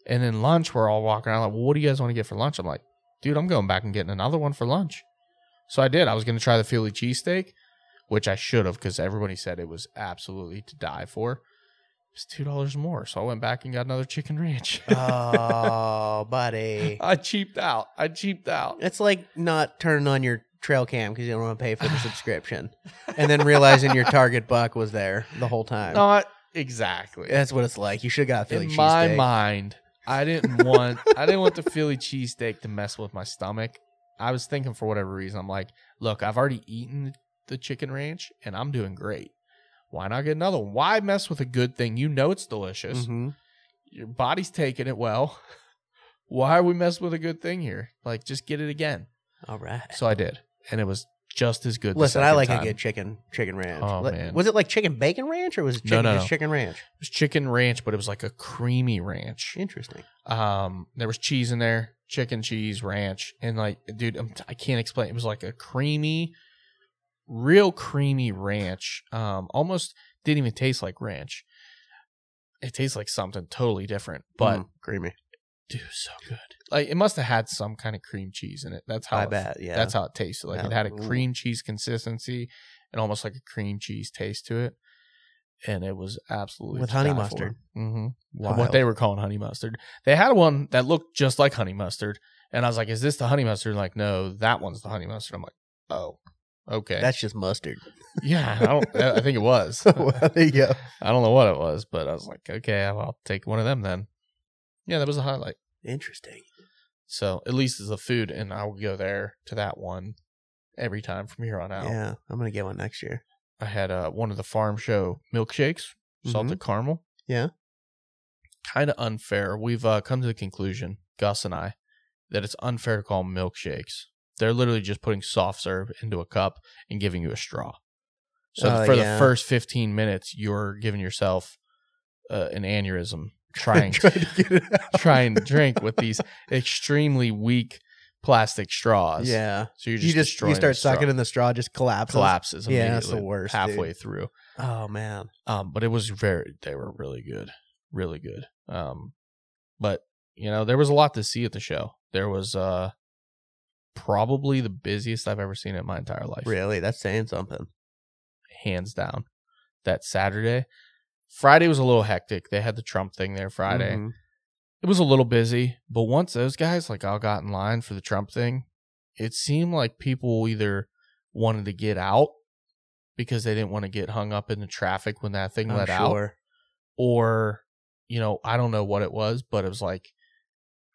Speaker 5: And then lunch, we're all walking around like, well, what do you guys want to get for lunch? I'm like, dude, I'm going back and getting another one for lunch. So I did. I was going to try the Philly cheesesteak, which I should have because everybody said it was absolutely to die for. It's two dollars more, so I went back and got another chicken ranch.
Speaker 4: Oh, buddy,
Speaker 5: I cheaped out. I cheaped out.
Speaker 4: it's like not turning on your trail cam because you don't want to pay for the subscription, and then realizing your target buck was there the whole time.
Speaker 5: Not exactly.
Speaker 4: That's what it's like. You should have got a Philly
Speaker 5: Oh. In
Speaker 4: cheesesteak.
Speaker 5: my mind, I didn't want I didn't want the Philly cheesesteak to mess with my stomach. I was thinking for whatever reason, I'm like, look, I've already eaten the chicken ranch and I'm doing great. Why not get another one? Why mess with a good thing? You know it's delicious.
Speaker 4: Mhm.
Speaker 5: Your body's taking it well. Why are we messing with a good thing here? Like, just get it again.
Speaker 4: All right.
Speaker 5: So I did, and it was just as good. the
Speaker 4: Listen, I
Speaker 5: second
Speaker 4: like
Speaker 5: time.
Speaker 4: a good chicken chicken ranch.
Speaker 5: Oh,
Speaker 4: Like-
Speaker 5: man.
Speaker 4: Was it like chicken bacon ranch or was it
Speaker 5: No,
Speaker 4: chicken,
Speaker 5: no,
Speaker 4: just
Speaker 5: no.
Speaker 4: chicken ranch?
Speaker 5: It was chicken ranch, but it was like a creamy ranch.
Speaker 4: Interesting.
Speaker 5: Um, there was cheese in there, chicken cheese, ranch, and like, dude, I'm, I can't explain. It was like a creamy, real creamy ranch. Um, almost didn't even taste like ranch. It tastes like something totally different, but
Speaker 4: Mm, creamy.
Speaker 5: dude, so good. Like it must have had some kind of cream cheese in it. That's how
Speaker 4: I
Speaker 5: it-
Speaker 4: bet. Yeah.
Speaker 5: That's how it tasted. Like it
Speaker 4: Yeah.
Speaker 5: had a
Speaker 4: Ooh.
Speaker 5: cream cheese consistency and almost like a cream cheese taste to it. And it was absolutely
Speaker 4: With honey mustard.
Speaker 5: hmm
Speaker 4: Wild.
Speaker 5: What they were calling honey mustard. They had one that looked just like honey mustard, and I was like, "Is this the honey mustard?" Like, no, that one's the honey mustard. I'm like, "Oh, okay,
Speaker 4: That's just mustard.
Speaker 5: yeah." I don't. I think it was.
Speaker 4: yeah.
Speaker 5: I don't know what it was, but I was like, "Okay, I'll I'll take one of them then." Yeah, that was a highlight.
Speaker 4: Interesting.
Speaker 5: So at least it's the food, and I will go there to that one every time from here on out.
Speaker 4: Yeah, I'm gonna get one next year.
Speaker 5: I had uh, one of the farm show milkshakes, salted caramel.
Speaker 4: Mm-hmm. Yeah.
Speaker 5: Kind of unfair. We've uh, come to the conclusion, Gus and I, that it's unfair to call 'em milkshakes. They're literally just putting soft serve into a cup and giving you a straw. So
Speaker 4: Oh,
Speaker 5: for
Speaker 4: yeah.
Speaker 5: the first 15 minutes, you're giving yourself uh, an aneurysm trying
Speaker 4: Try
Speaker 5: to,
Speaker 4: get it out.
Speaker 5: try and drink with these extremely weak plastic straws.
Speaker 4: Yeah,
Speaker 5: So you're just
Speaker 4: you just you start sucking,
Speaker 5: in
Speaker 4: and the straw just collapses.
Speaker 5: collapses immediately
Speaker 4: Yeah, that's the worst, dude.
Speaker 5: halfway through.
Speaker 4: Oh man,
Speaker 5: Um, but it was very they were really good. Really good. Um but you know, there was a lot to see at the show. There was uh probably the busiest I've ever seen in my entire life.
Speaker 4: really? That's saying something.
Speaker 5: Hands down. That Saturday. Friday was a little hectic. They had the Trump thing there Friday.
Speaker 4: Mhm.
Speaker 5: It was a little busy, but once those guys like all got in line for the Trump thing, it seemed like people either wanted to get out because they didn't want to get hung up in the traffic when that thing
Speaker 4: I'm
Speaker 5: let out
Speaker 4: Oh, sure.
Speaker 5: or you know i don't know what it was but it was like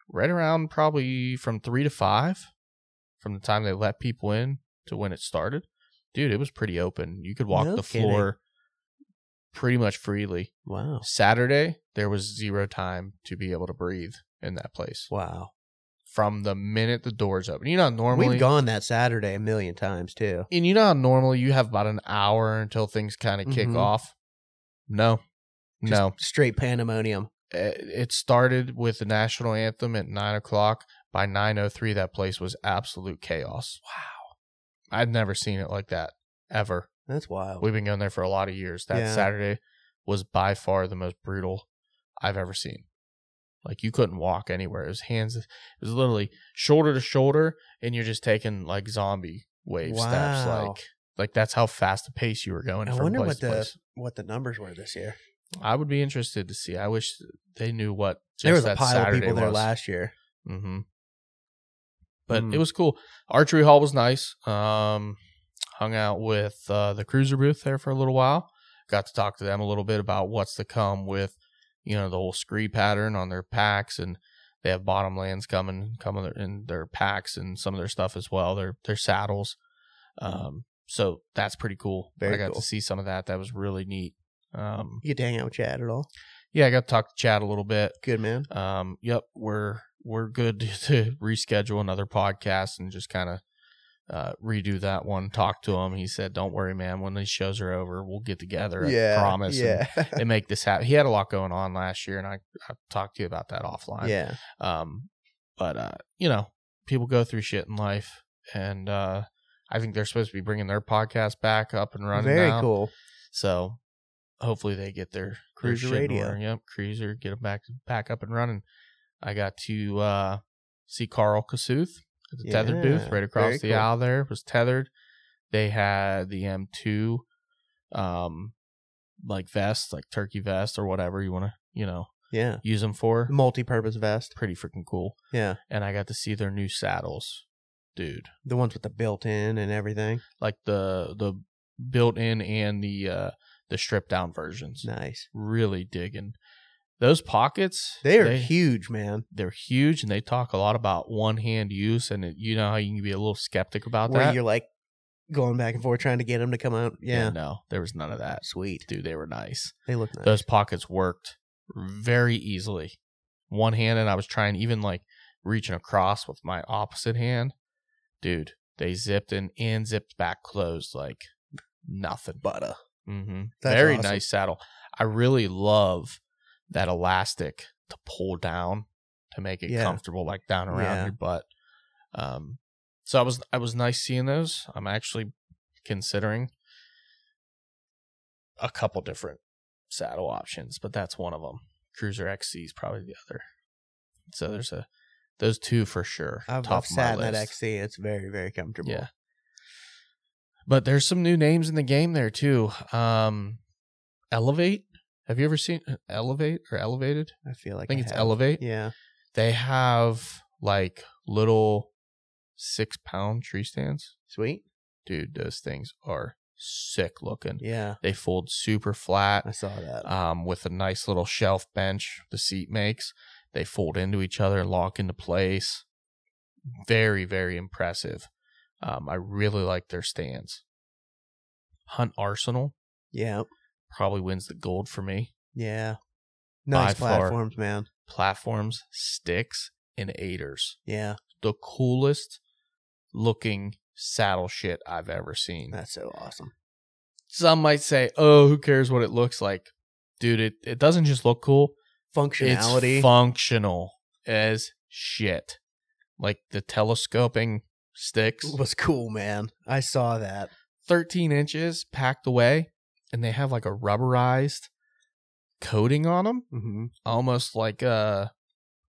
Speaker 5: right around probably from three to five from the time they let people in to when it started dude it was pretty open you could walk
Speaker 4: No
Speaker 5: the
Speaker 4: kidding.
Speaker 5: floor pretty much freely
Speaker 4: Wow,
Speaker 5: saturday there was zero time to be able to breathe in that place
Speaker 4: wow.
Speaker 5: from the minute the doors open. You know, how normally
Speaker 4: We've gone that Saturday a million times too.
Speaker 5: and you know how normally you have about an hour until things kind of kick
Speaker 4: Mhm.
Speaker 5: off. No,
Speaker 4: Just
Speaker 5: no,
Speaker 4: straight pandemonium.
Speaker 5: it Eh, it started with the national anthem at nine o'clock. By nine o three, that place was absolute chaos. Wow, I'd never seen it like that ever.
Speaker 4: That's wild.
Speaker 5: We've been going there for a lot of years. That
Speaker 4: Yeah.
Speaker 5: Saturday was by far the most brutal I've ever seen. Like you couldn't walk anywhere. It was hands. It was literally shoulder to shoulder, and you're just taking like zombie wave steps.
Speaker 4: Wow.
Speaker 5: Like, like that's how fast the pace you were going.
Speaker 4: I
Speaker 5: from
Speaker 4: wonder
Speaker 5: place
Speaker 4: what
Speaker 5: to
Speaker 4: the
Speaker 5: place.
Speaker 4: what the numbers were this year.
Speaker 5: I would be interested to see. I wish they knew what just
Speaker 4: there was a
Speaker 5: that
Speaker 4: pile
Speaker 5: Saturday
Speaker 4: of people there
Speaker 5: was.
Speaker 4: last year.
Speaker 5: Mm-hmm. But
Speaker 4: Mm.
Speaker 5: it was cool. Archery hall was nice. Um, hung out with uh, the cruiser booth there for a little while. Got to talk to them a little bit about what's to come with, you know, the whole scree pattern on their packs, and they have bottom lands coming coming in their packs and some of their stuff as well. Their their saddles. Um, so that's pretty cool. I
Speaker 4: Very
Speaker 5: got
Speaker 4: cool.
Speaker 5: to see some of that. That was really neat. Um,
Speaker 4: You get to hang out with Chad at all?
Speaker 5: yeah, I got to talk to Chad a little bit.
Speaker 4: Good man.
Speaker 5: Um, yep, we're we're good to reschedule another podcast and just kind of uh, redo that one. Talk to him. He said, "Don't worry, man. When these shows are over, we'll get together. I promise." and
Speaker 4: Yeah.
Speaker 5: they make this happen. He had a lot going on last year, and I, I talked to you about that offline.
Speaker 4: yeah.
Speaker 5: Um, but uh, you know, people go through shit in life, and uh, I think they're supposed to be bringing their podcast back up and running.
Speaker 4: Very
Speaker 5: now.
Speaker 4: cool.
Speaker 5: So hopefully they get their
Speaker 4: Cruiser
Speaker 5: cruiser radio.
Speaker 4: radio.
Speaker 5: Yep, cruiser, get them back back up and running. I got to uh, see Carl Kasuth at the tethered booth
Speaker 4: Yeah,
Speaker 5: right across
Speaker 4: very
Speaker 5: the
Speaker 4: cool.
Speaker 5: aisle. There It was tethered. They had the M2, um, like vest, like turkey vest or whatever you want to, you know,
Speaker 4: Yeah.
Speaker 5: use them for.
Speaker 4: Multi-purpose vest.
Speaker 5: Pretty freaking cool.
Speaker 4: Yeah.
Speaker 5: And I got to see their new saddles, dude.
Speaker 4: The ones with the built-in and everything.
Speaker 5: Like the the built in and the uh, the stripped down versions
Speaker 4: Nice.
Speaker 5: really digging. Those pockets,
Speaker 4: They are
Speaker 5: they,
Speaker 4: huge, man.
Speaker 5: They're huge, and they talk a lot about one hand use, and it, you know how you can be a little skeptic about
Speaker 4: Where
Speaker 5: that.
Speaker 4: you're like going back and forth trying to get them to come out. Yeah.
Speaker 5: no, there was none of that.
Speaker 4: Sweet.
Speaker 5: Dude, they were nice.
Speaker 4: They look nice.
Speaker 5: Those pockets worked very easily. One hand, and I was trying even like reaching across with my opposite hand. Dude, they zipped in and zipped back closed like nothing.
Speaker 4: butter.
Speaker 5: Mm-hmm.
Speaker 4: That's
Speaker 5: Very
Speaker 4: awesome.
Speaker 5: nice saddle. I really love that elastic to pull down to make it
Speaker 4: Yeah.
Speaker 5: comfortable, like down around
Speaker 4: Yeah.
Speaker 5: your butt. Um, so I was I was nice seeing those. I'm actually considering a couple different saddle options, but that's one of them. Cruiser XC is probably the other. So there's a those two for sure.
Speaker 4: I've,
Speaker 5: top
Speaker 4: I've
Speaker 5: of my
Speaker 4: sat in that
Speaker 5: list.
Speaker 4: XC. It's very, very comfortable.
Speaker 5: Yeah. But there's some new names in the game there too. Um Elevate. Have you ever seen Elevate or Elevated?
Speaker 4: I feel like
Speaker 5: I think it's
Speaker 4: have.
Speaker 5: Elevate.
Speaker 4: Yeah.
Speaker 5: They have like little six pound tree stands.
Speaker 4: Sweet.
Speaker 5: Dude, those things are sick looking.
Speaker 4: Yeah.
Speaker 5: They fold super flat
Speaker 4: I saw that.
Speaker 5: um, with a nice little shelf bench the seat makes. They fold into each other and lock into place. Very, very impressive. Um, I really like their stands. Hunt Arsenal
Speaker 4: yeah.
Speaker 5: probably wins the gold for me.
Speaker 4: Yeah. Nice
Speaker 5: By far.
Speaker 4: platforms, man.
Speaker 5: Platforms, sticks, and aiders.
Speaker 4: Yeah.
Speaker 5: The coolest looking saddle shit I've ever seen.
Speaker 4: That's so awesome.
Speaker 5: Some might say, oh, who cares what it looks like? Dude, it, it doesn't just look cool.
Speaker 4: Functionality.
Speaker 5: It's functional as shit. Like the telescoping sticks,
Speaker 4: was cool, man. I saw that.
Speaker 5: 13 inches packed away, and they have like a rubberized coating on them,
Speaker 4: Mm-hmm.
Speaker 5: almost like a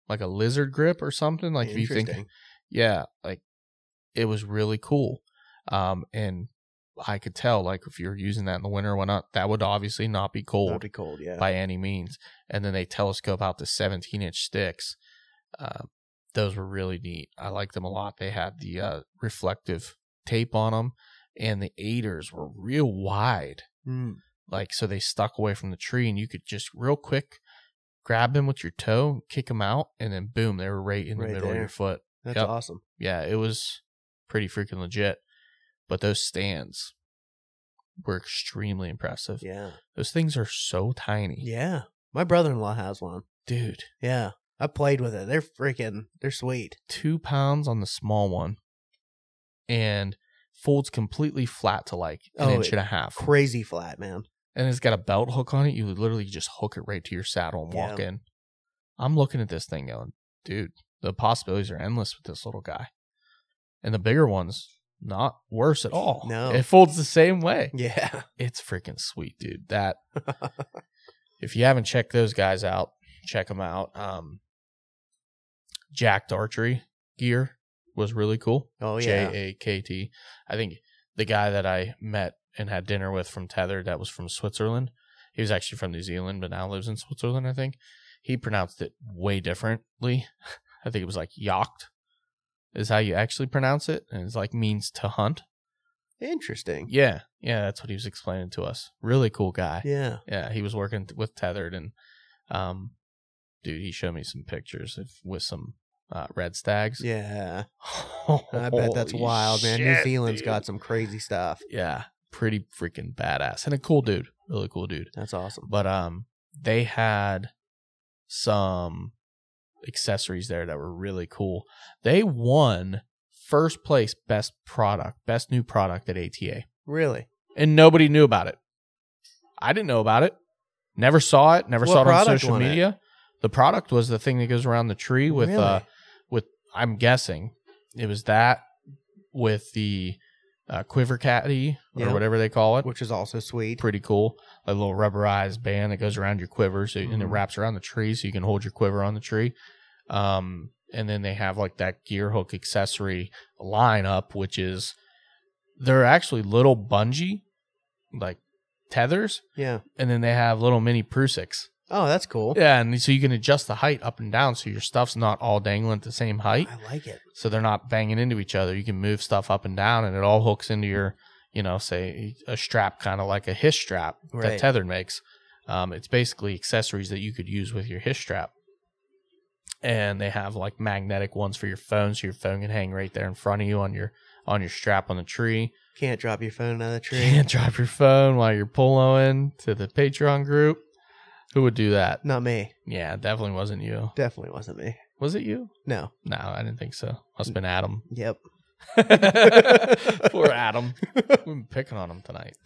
Speaker 5: like a lizard grip or something. Like if you think, yeah, like it was really cool. Um, and I could tell, like if you're using that in the winter or whatnot, that would obviously not be cold
Speaker 4: That'd be cold, yeah.
Speaker 5: by any means. And then they telescope out the 17 inch sticks. Uh, those were really neat. I like them a lot. They had the uh, reflective tape on them, and the aiders were real wide.
Speaker 4: Mm.
Speaker 5: Like, so they stuck away from the tree, and you could just real quick grab them with your toe, kick them out, and then boom, they were right in the
Speaker 4: Right
Speaker 5: middle of
Speaker 4: there.
Speaker 5: your foot.
Speaker 4: That's
Speaker 5: Yep.
Speaker 4: awesome.
Speaker 5: Yeah, it was pretty freaking legit. But those stands were extremely impressive.
Speaker 4: Yeah.
Speaker 5: Those things are so tiny.
Speaker 4: Yeah. My brother in law has one.
Speaker 5: Dude,
Speaker 4: Yeah. I played with it. They're freaking. They're sweet.
Speaker 5: two pounds on the small one and folds completely flat to like an
Speaker 4: Oh,
Speaker 5: inch
Speaker 4: it-
Speaker 5: and a half.
Speaker 4: Crazy flat, man.
Speaker 5: and it's got a belt hook on it. You literally just hook it right to your saddle and walk
Speaker 4: Yeah.
Speaker 5: in. I'm looking at this thing going, dude, the possibilities are endless with this little guy. And the bigger one's not worse at all.
Speaker 4: No.
Speaker 5: It folds the same way.
Speaker 4: Yeah.
Speaker 5: It's freaking sweet, dude. That if you haven't checked those guys out, check them out. Um, Jacked Archery Gear was really cool.
Speaker 4: Oh yeah.
Speaker 5: J A K T. I think the guy that I met and had dinner with from Tethered that was from Switzerland. He was actually from New Zealand, but now lives in Switzerland, I think. He pronounced it way differently. I think it was like yacht is how you actually pronounce it. And it's like means to hunt.
Speaker 4: Interesting.
Speaker 5: eh, Yeah. Yeah. That's what he was explaining to us. Really cool guy.
Speaker 4: Yeah.
Speaker 5: Yeah, he was working th- with Tethered, and um, dude, he showed me some pictures of with some uh, red stags.
Speaker 4: Yeah. I bet that's
Speaker 5: Holy
Speaker 4: wild, man. New
Speaker 5: shit,
Speaker 4: Zealand's
Speaker 5: dude.
Speaker 4: got some crazy stuff.
Speaker 5: yeah, pretty freaking badass, and a cool dude, really cool dude.
Speaker 4: That's awesome.
Speaker 5: But um, they had some accessories there that were really cool. They won first place best product, best new product at ATA.
Speaker 4: Really?
Speaker 5: and nobody knew about it. I didn't know about it. Never saw it. Never
Speaker 4: What
Speaker 5: saw it on
Speaker 4: product
Speaker 5: social
Speaker 4: won it?
Speaker 5: media. The product was the thing that goes around the tree with
Speaker 4: Really?
Speaker 5: uh with I'm guessing it was that with the uh, quiver caddy
Speaker 4: Yeah.
Speaker 5: or whatever they call it.
Speaker 4: Which is also sweet.
Speaker 5: Pretty cool. A little rubberized band that goes around your quiver so, and it
Speaker 4: Mhm.
Speaker 5: wraps around the tree so you can hold your quiver on the tree. Um, and then they have like that gear hook accessory lineup, which is they're actually little bungee like tethers,
Speaker 4: Yeah.
Speaker 5: and then they have little mini Prusiks.
Speaker 4: Oh, that's cool.
Speaker 5: Yeah, and so you can adjust the height up and down, so your stuff's not all dangling at the same height,
Speaker 4: I like it.
Speaker 5: so they're not banging into each other. You can move stuff up and down, and it all hooks into your, you know, say a strap, kind of like a his strap that
Speaker 4: Right.
Speaker 5: tethered makes. Um, it's basically accessories that you could use with your his strap. And they have like magnetic ones for your phone, so your phone can hang right there in front of you on your on your strap on the tree.
Speaker 4: Can't drop your phone out of the tree.
Speaker 5: Can't drop your phone while you're poloing to the Patreon group. Who would do that?
Speaker 4: Not me.
Speaker 5: Yeah, it definitely wasn't you.
Speaker 4: Definitely wasn't me.
Speaker 5: Was it you?
Speaker 4: No.
Speaker 5: No, I didn't think so. Must have been Adam.
Speaker 4: Yep.
Speaker 5: Poor Adam. We've been picking on him tonight.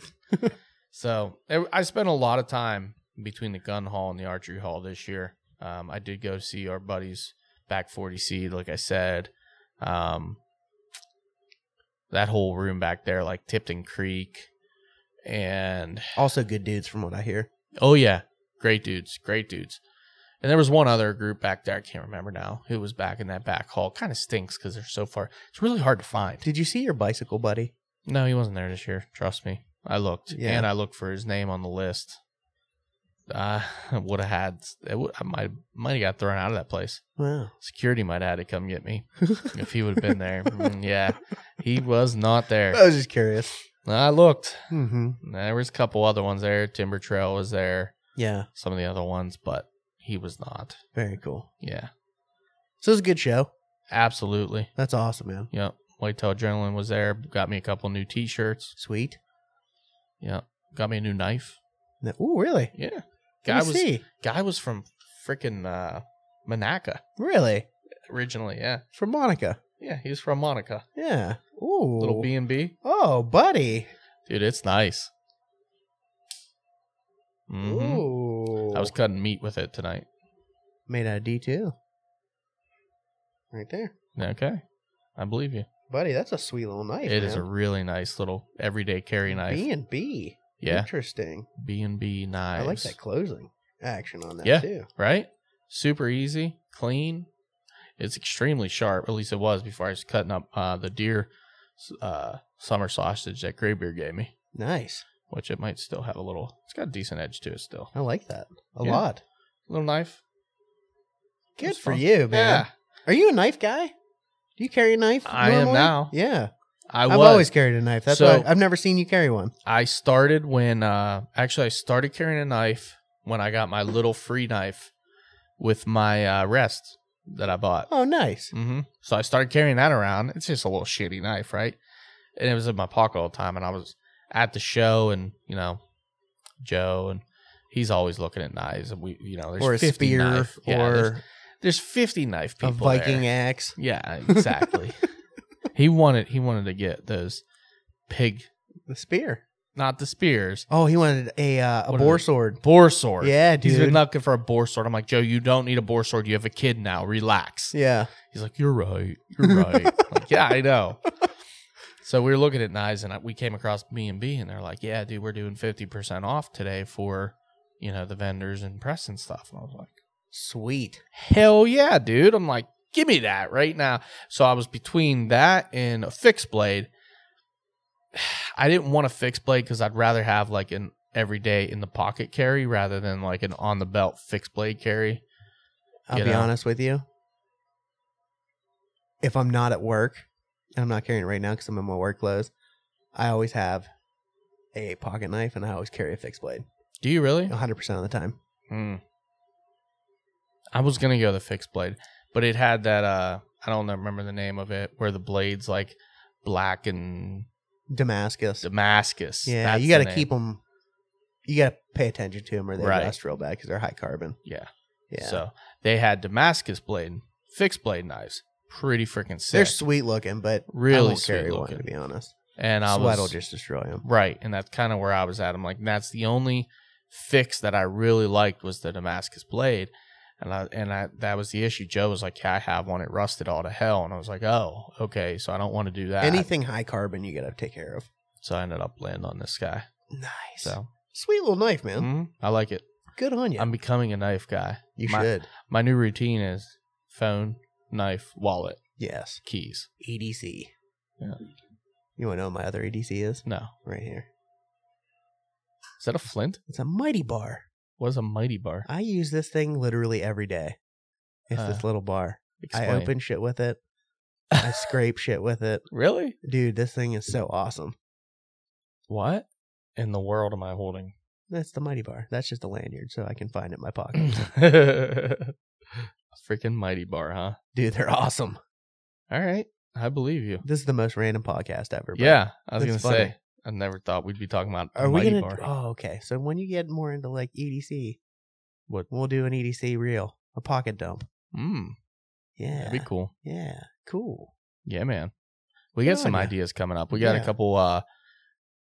Speaker 5: So I I spent a lot of time between the gun hall and the archery hall this year. Um, I did go see our buddies back 40 seed, like I said. Um, that whole room back there, like Tipton Creek and
Speaker 4: Also good dudes from what I hear.
Speaker 5: Oh yeah, great dudes, great dudes. And there was one other group back there I can't remember now who was back in that back hall. Kind of stinks because they're so far. It's really hard to find.
Speaker 4: Did you see your bicycle buddy?
Speaker 5: No, he wasn't there this year. Trust me, I looked
Speaker 4: Yeah.
Speaker 5: and I looked for his name on the list. I would have had. It would, I might might have got thrown out of that place.
Speaker 4: Wow.
Speaker 5: Security might have had to come get me if he would have been there. Mm, yeah, he was not
Speaker 4: I
Speaker 5: there.
Speaker 4: was just curious.
Speaker 5: I looked.
Speaker 4: Mm-hmm.
Speaker 5: There was a couple other ones there. Timber Trail was there.
Speaker 4: Yeah.
Speaker 5: Some of the other ones, but he was not.
Speaker 4: Very cool.
Speaker 5: Yeah,
Speaker 4: So it was a good show.
Speaker 5: absolutely.
Speaker 4: That's awesome, man.
Speaker 5: Yep. White Tail Adrenaline was there. Got me a couple new T-shirts.
Speaker 4: Sweet.
Speaker 5: Yep. Got me a new knife.
Speaker 4: No, ooh, really?
Speaker 5: Yeah.
Speaker 4: Let
Speaker 5: Guy
Speaker 4: me
Speaker 5: was
Speaker 4: see.
Speaker 5: guy was from freaking uh, Monaca
Speaker 4: Really?
Speaker 5: originally. Yeah.
Speaker 4: From Monica.
Speaker 5: Yeah. He was from Monaca.
Speaker 4: Yeah. Ooh.
Speaker 5: Little B and B.
Speaker 4: Oh, buddy.
Speaker 5: Dude, it's nice. hmm
Speaker 4: Ooh.
Speaker 5: I was cutting meat with it tonight.
Speaker 4: made out of D2. Right there.
Speaker 5: Okay. I believe you.
Speaker 4: Buddy, that's a sweet little knife.
Speaker 5: It is a really nice little everyday carry knife.
Speaker 4: B and B.
Speaker 5: yeah.
Speaker 4: Interesting.
Speaker 5: B and B knives.
Speaker 4: I like that closing action on that
Speaker 5: Yeah.
Speaker 4: too.
Speaker 5: right? Super easy, clean. It's extremely sharp. At least it was before I was cutting up uh, the deer uh, summer sausage that Greybeard gave me,
Speaker 4: Nice.
Speaker 5: which it might still have a little. It's got a decent edge to it still.
Speaker 4: I like that a
Speaker 5: Yeah.
Speaker 4: lot.
Speaker 5: Little knife.
Speaker 4: Good
Speaker 5: That's
Speaker 4: for
Speaker 5: fun.
Speaker 4: you, man.
Speaker 5: Yeah,
Speaker 4: Are you a knife guy? Do you carry a knife?
Speaker 5: I am
Speaker 4: normally?
Speaker 5: now.
Speaker 4: Yeah,
Speaker 5: I
Speaker 4: I
Speaker 5: was.
Speaker 4: have always carried a knife. That's
Speaker 5: So-
Speaker 4: why I've never seen you carry one.
Speaker 5: I started when uh, actually I started carrying a knife when I got my little free knife with my uh, rest that I bought.
Speaker 4: Oh, nice.
Speaker 5: hmm So I started carrying that around. It's just a little shitty knife, right? And it was in my pocket all the time. And I was at the show, and you know, Joe and he's always looking at knives, and we, you know, there's
Speaker 4: or a
Speaker 5: 50
Speaker 4: spear,
Speaker 5: knife. Yeah, there's-
Speaker 4: or
Speaker 5: There's 50 knife people.
Speaker 4: a Viking
Speaker 5: there.
Speaker 4: axe.
Speaker 5: Yeah, exactly. he wanted he wanted to get those pig,
Speaker 4: The spear.
Speaker 5: not the spears,
Speaker 4: Oh, he wanted a uh, a
Speaker 5: What
Speaker 4: boar
Speaker 5: is it?
Speaker 4: sword.
Speaker 5: boar sword.
Speaker 4: Yeah,
Speaker 5: He's
Speaker 4: dude.
Speaker 5: been looking for a boar sword. I'm like, Joe, you don't need a boar sword. You have a kid now. Relax.
Speaker 4: Yeah.
Speaker 5: He's like, you're right. You're right. I'm like, yeah, I know. So we were looking at knives, and I- we came across B and B, and they're like, yeah, dude, we're doing fifty percent off today for you know the vendors and press and stuff. And I was like.
Speaker 4: Sweet.
Speaker 5: hell yeah, dude. I'm like, give me that right now. So I was between that and a fixed blade. I didn't want a fixed blade because I'd rather have like an everyday in the pocket carry rather than like an on the belt fixed blade carry.
Speaker 4: I'll
Speaker 5: You
Speaker 4: be
Speaker 5: know.
Speaker 4: honest with you. If I'm not at work, and I'm not carrying it right now because I'm in my work clothes, I always have a pocket knife, and I always carry a fixed blade,
Speaker 5: Do you really?
Speaker 4: 100 percent of the time.
Speaker 5: Hmm. I was gonna go the fixed blade, but it had that uh I don't know- remember the name of it where the blades like black and
Speaker 4: Damascus.
Speaker 5: Damascus.
Speaker 4: yeah,
Speaker 5: That's
Speaker 4: you got
Speaker 5: the
Speaker 4: to
Speaker 5: name.
Speaker 4: keep them. You got to pay attention to them, or they
Speaker 5: Right.
Speaker 4: rust real bad because they're high carbon.
Speaker 5: Yeah.
Speaker 4: Yeah.
Speaker 5: So they had Damascus blade, fixed blade knives, pretty freaking sick.
Speaker 4: They're sweet looking, but I
Speaker 5: Really
Speaker 4: won't
Speaker 5: sweet
Speaker 4: carry one
Speaker 5: looking.
Speaker 4: to be honest.
Speaker 5: and I
Speaker 4: Sweat will
Speaker 5: was
Speaker 4: just destroy them.
Speaker 5: right, and that's kind of where I was at. I'm like, that's the only fix that I really liked was the Damascus blade, and I and I that was the issue. Joe was like, yeah, I have one. It rusted all to hell, and I was like, oh, okay, so I don't want to do that.
Speaker 4: Anything high carbon, you got to take care of.
Speaker 5: So I ended up landing on this guy.
Speaker 4: Nice,
Speaker 5: So
Speaker 4: sweet little knife, man.
Speaker 5: mhm, I like it.
Speaker 4: Good on you.
Speaker 5: I'm becoming a knife guy.
Speaker 4: you
Speaker 5: my-
Speaker 4: should.
Speaker 5: My new routine is phone, knife, wallet,
Speaker 4: Yes.
Speaker 5: keys.
Speaker 4: EDC.
Speaker 5: Yeah.
Speaker 4: You want to know what my other EDC is?
Speaker 5: No,
Speaker 4: Right here.
Speaker 5: is that a flint?
Speaker 4: It's a mighty bar.
Speaker 5: What is a mighty bar?
Speaker 4: I use this thing literally every day. It's
Speaker 5: Uh,
Speaker 4: this little bar. I
Speaker 5: Explain.
Speaker 4: open shit with it. I scrape shit with it.
Speaker 5: Really?
Speaker 4: Dude, this thing is so awesome.
Speaker 5: What in the world am I holding?
Speaker 4: That's the mighty bar. That's just a lanyard, so I can find it in my pocket.
Speaker 5: Freaking mighty bar, huh?
Speaker 4: Dude, they're awesome.
Speaker 5: All right, I believe you.
Speaker 4: This is the most random podcast ever. but-
Speaker 5: Yeah, I was gonna
Speaker 4: That's
Speaker 5: say.
Speaker 4: funny.
Speaker 5: I never thought we'd be talking about a
Speaker 4: Are we
Speaker 5: mighty
Speaker 4: gonna?
Speaker 5: bar.
Speaker 4: Oh, okay. So when you get more into like E EDC,
Speaker 5: What?
Speaker 4: we'll do an EDC reel, a pocket dump.
Speaker 5: Mm,
Speaker 4: Yeah.
Speaker 5: That'd be cool.
Speaker 4: Yeah. Cool.
Speaker 5: Yeah, man. We got
Speaker 4: Good
Speaker 5: some
Speaker 4: on ya.
Speaker 5: ideas coming up. We got
Speaker 4: Yeah.
Speaker 5: a couple uh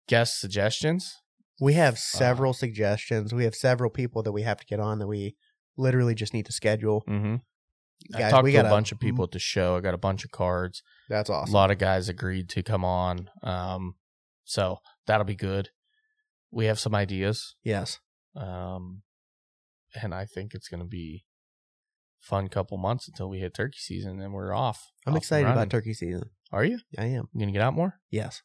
Speaker 5: guest suggestions.
Speaker 4: We have
Speaker 5: Fuck.
Speaker 4: several suggestions. We have several people that we have to get on that we literally just need to schedule.
Speaker 5: Mm-hmm. I
Speaker 4: Guys,
Speaker 5: talked
Speaker 4: we
Speaker 5: to a
Speaker 4: gotta-
Speaker 5: bunch of people at the show. I got a bunch of cards.
Speaker 4: That's
Speaker 5: A
Speaker 4: awesome.
Speaker 5: lot of guys agreed to come on. Um, so that'll be good. We have some ideas.
Speaker 4: Yes.
Speaker 5: Um, and I think it's going to be a fun couple months until we hit turkey season and we're off.
Speaker 4: I'm
Speaker 5: off and
Speaker 4: excited about
Speaker 5: running.
Speaker 4: turkey season.
Speaker 5: Are you?
Speaker 4: I am.
Speaker 5: You going to get out more?
Speaker 4: Yes.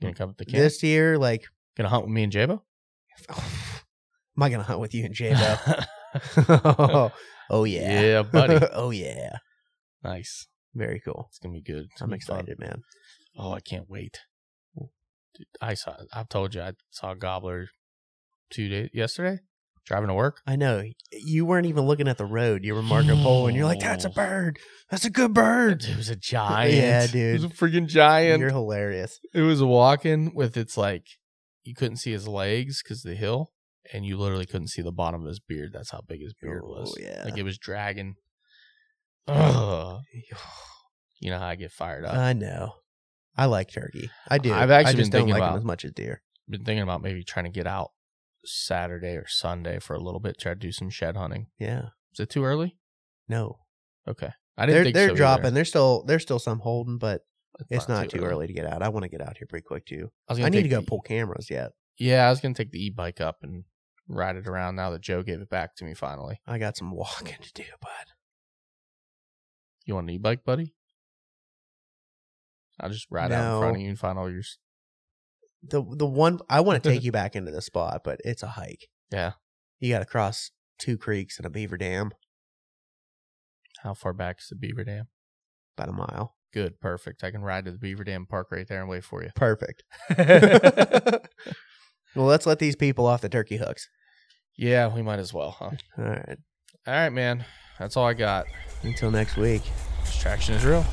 Speaker 5: You going to come up the camp?
Speaker 4: Mm. This year, like,
Speaker 5: Going to hunt with me and Jabo?
Speaker 4: am I going to hunt with you and Jabo? oh, yeah.
Speaker 5: Yeah, buddy.
Speaker 4: oh, yeah.
Speaker 5: nice.
Speaker 4: Very cool.
Speaker 5: It's going to be good. It's
Speaker 4: I'm
Speaker 5: gonna be fun.
Speaker 4: excited, man.
Speaker 5: Oh, I can't wait. Dude, I saw, I've told you, I saw a gobbler two days yesterday driving to work.
Speaker 4: I know. You weren't even looking at the road. You were Marco Polo, and you're like, that's a bird. That's a good bird.
Speaker 5: It was a giant. It was a
Speaker 4: dude.
Speaker 5: freaking giant.
Speaker 4: You're hilarious.
Speaker 5: It was walking with its like you couldn't see his legs because of the hill, and you literally couldn't see the bottom of his beard. That's how big his beard
Speaker 4: Oh,
Speaker 5: was.
Speaker 4: yeah.
Speaker 5: like it was dragging. Ugh. You know how I get fired up.
Speaker 4: I know. I like turkey. I do.
Speaker 5: I've actually
Speaker 4: I just
Speaker 5: been
Speaker 4: don't
Speaker 5: thinking
Speaker 4: like 'em
Speaker 5: about-
Speaker 4: as much as deer.
Speaker 5: Been thinking about maybe trying to get out Saturday or Sunday for a little bit. Try to do some shed hunting.
Speaker 4: Yeah.
Speaker 5: Is it too early?
Speaker 4: No.
Speaker 5: Okay, I didn't
Speaker 4: They're
Speaker 5: think
Speaker 4: they're
Speaker 5: so
Speaker 4: dropping.
Speaker 5: either.
Speaker 4: There's still there's still some holding, but it's not, too, early.
Speaker 5: I,
Speaker 4: to get out. I want to get out here pretty quick too.
Speaker 5: was gonna
Speaker 4: I need to
Speaker 5: take
Speaker 4: go
Speaker 5: the-
Speaker 4: pull cameras yet.
Speaker 5: Yeah, I was gonna take the e bike up and ride it around. Now that Joe gave it back to me finally.
Speaker 4: I got some walking to do, bud.
Speaker 5: You want an e-bike, buddy? I'll just ride out in front of
Speaker 4: No.
Speaker 5: you and find all your. s-
Speaker 4: The the one I want to take you back into the spot, but it's a hike.
Speaker 5: Yeah.
Speaker 4: You got to cross two creeks and a beaver dam,
Speaker 5: How far back is the Beaver Dam?
Speaker 4: about a mile.
Speaker 5: Good, perfect. I can ride to the Beaver Dam Park right there and wait for you.
Speaker 4: Perfect. Well, let's let these people off the turkey hooks.
Speaker 5: yeah, we might as well, huh?
Speaker 4: All right.
Speaker 5: All right, man. That's all I got.
Speaker 4: Until next week.
Speaker 5: Distraction is real.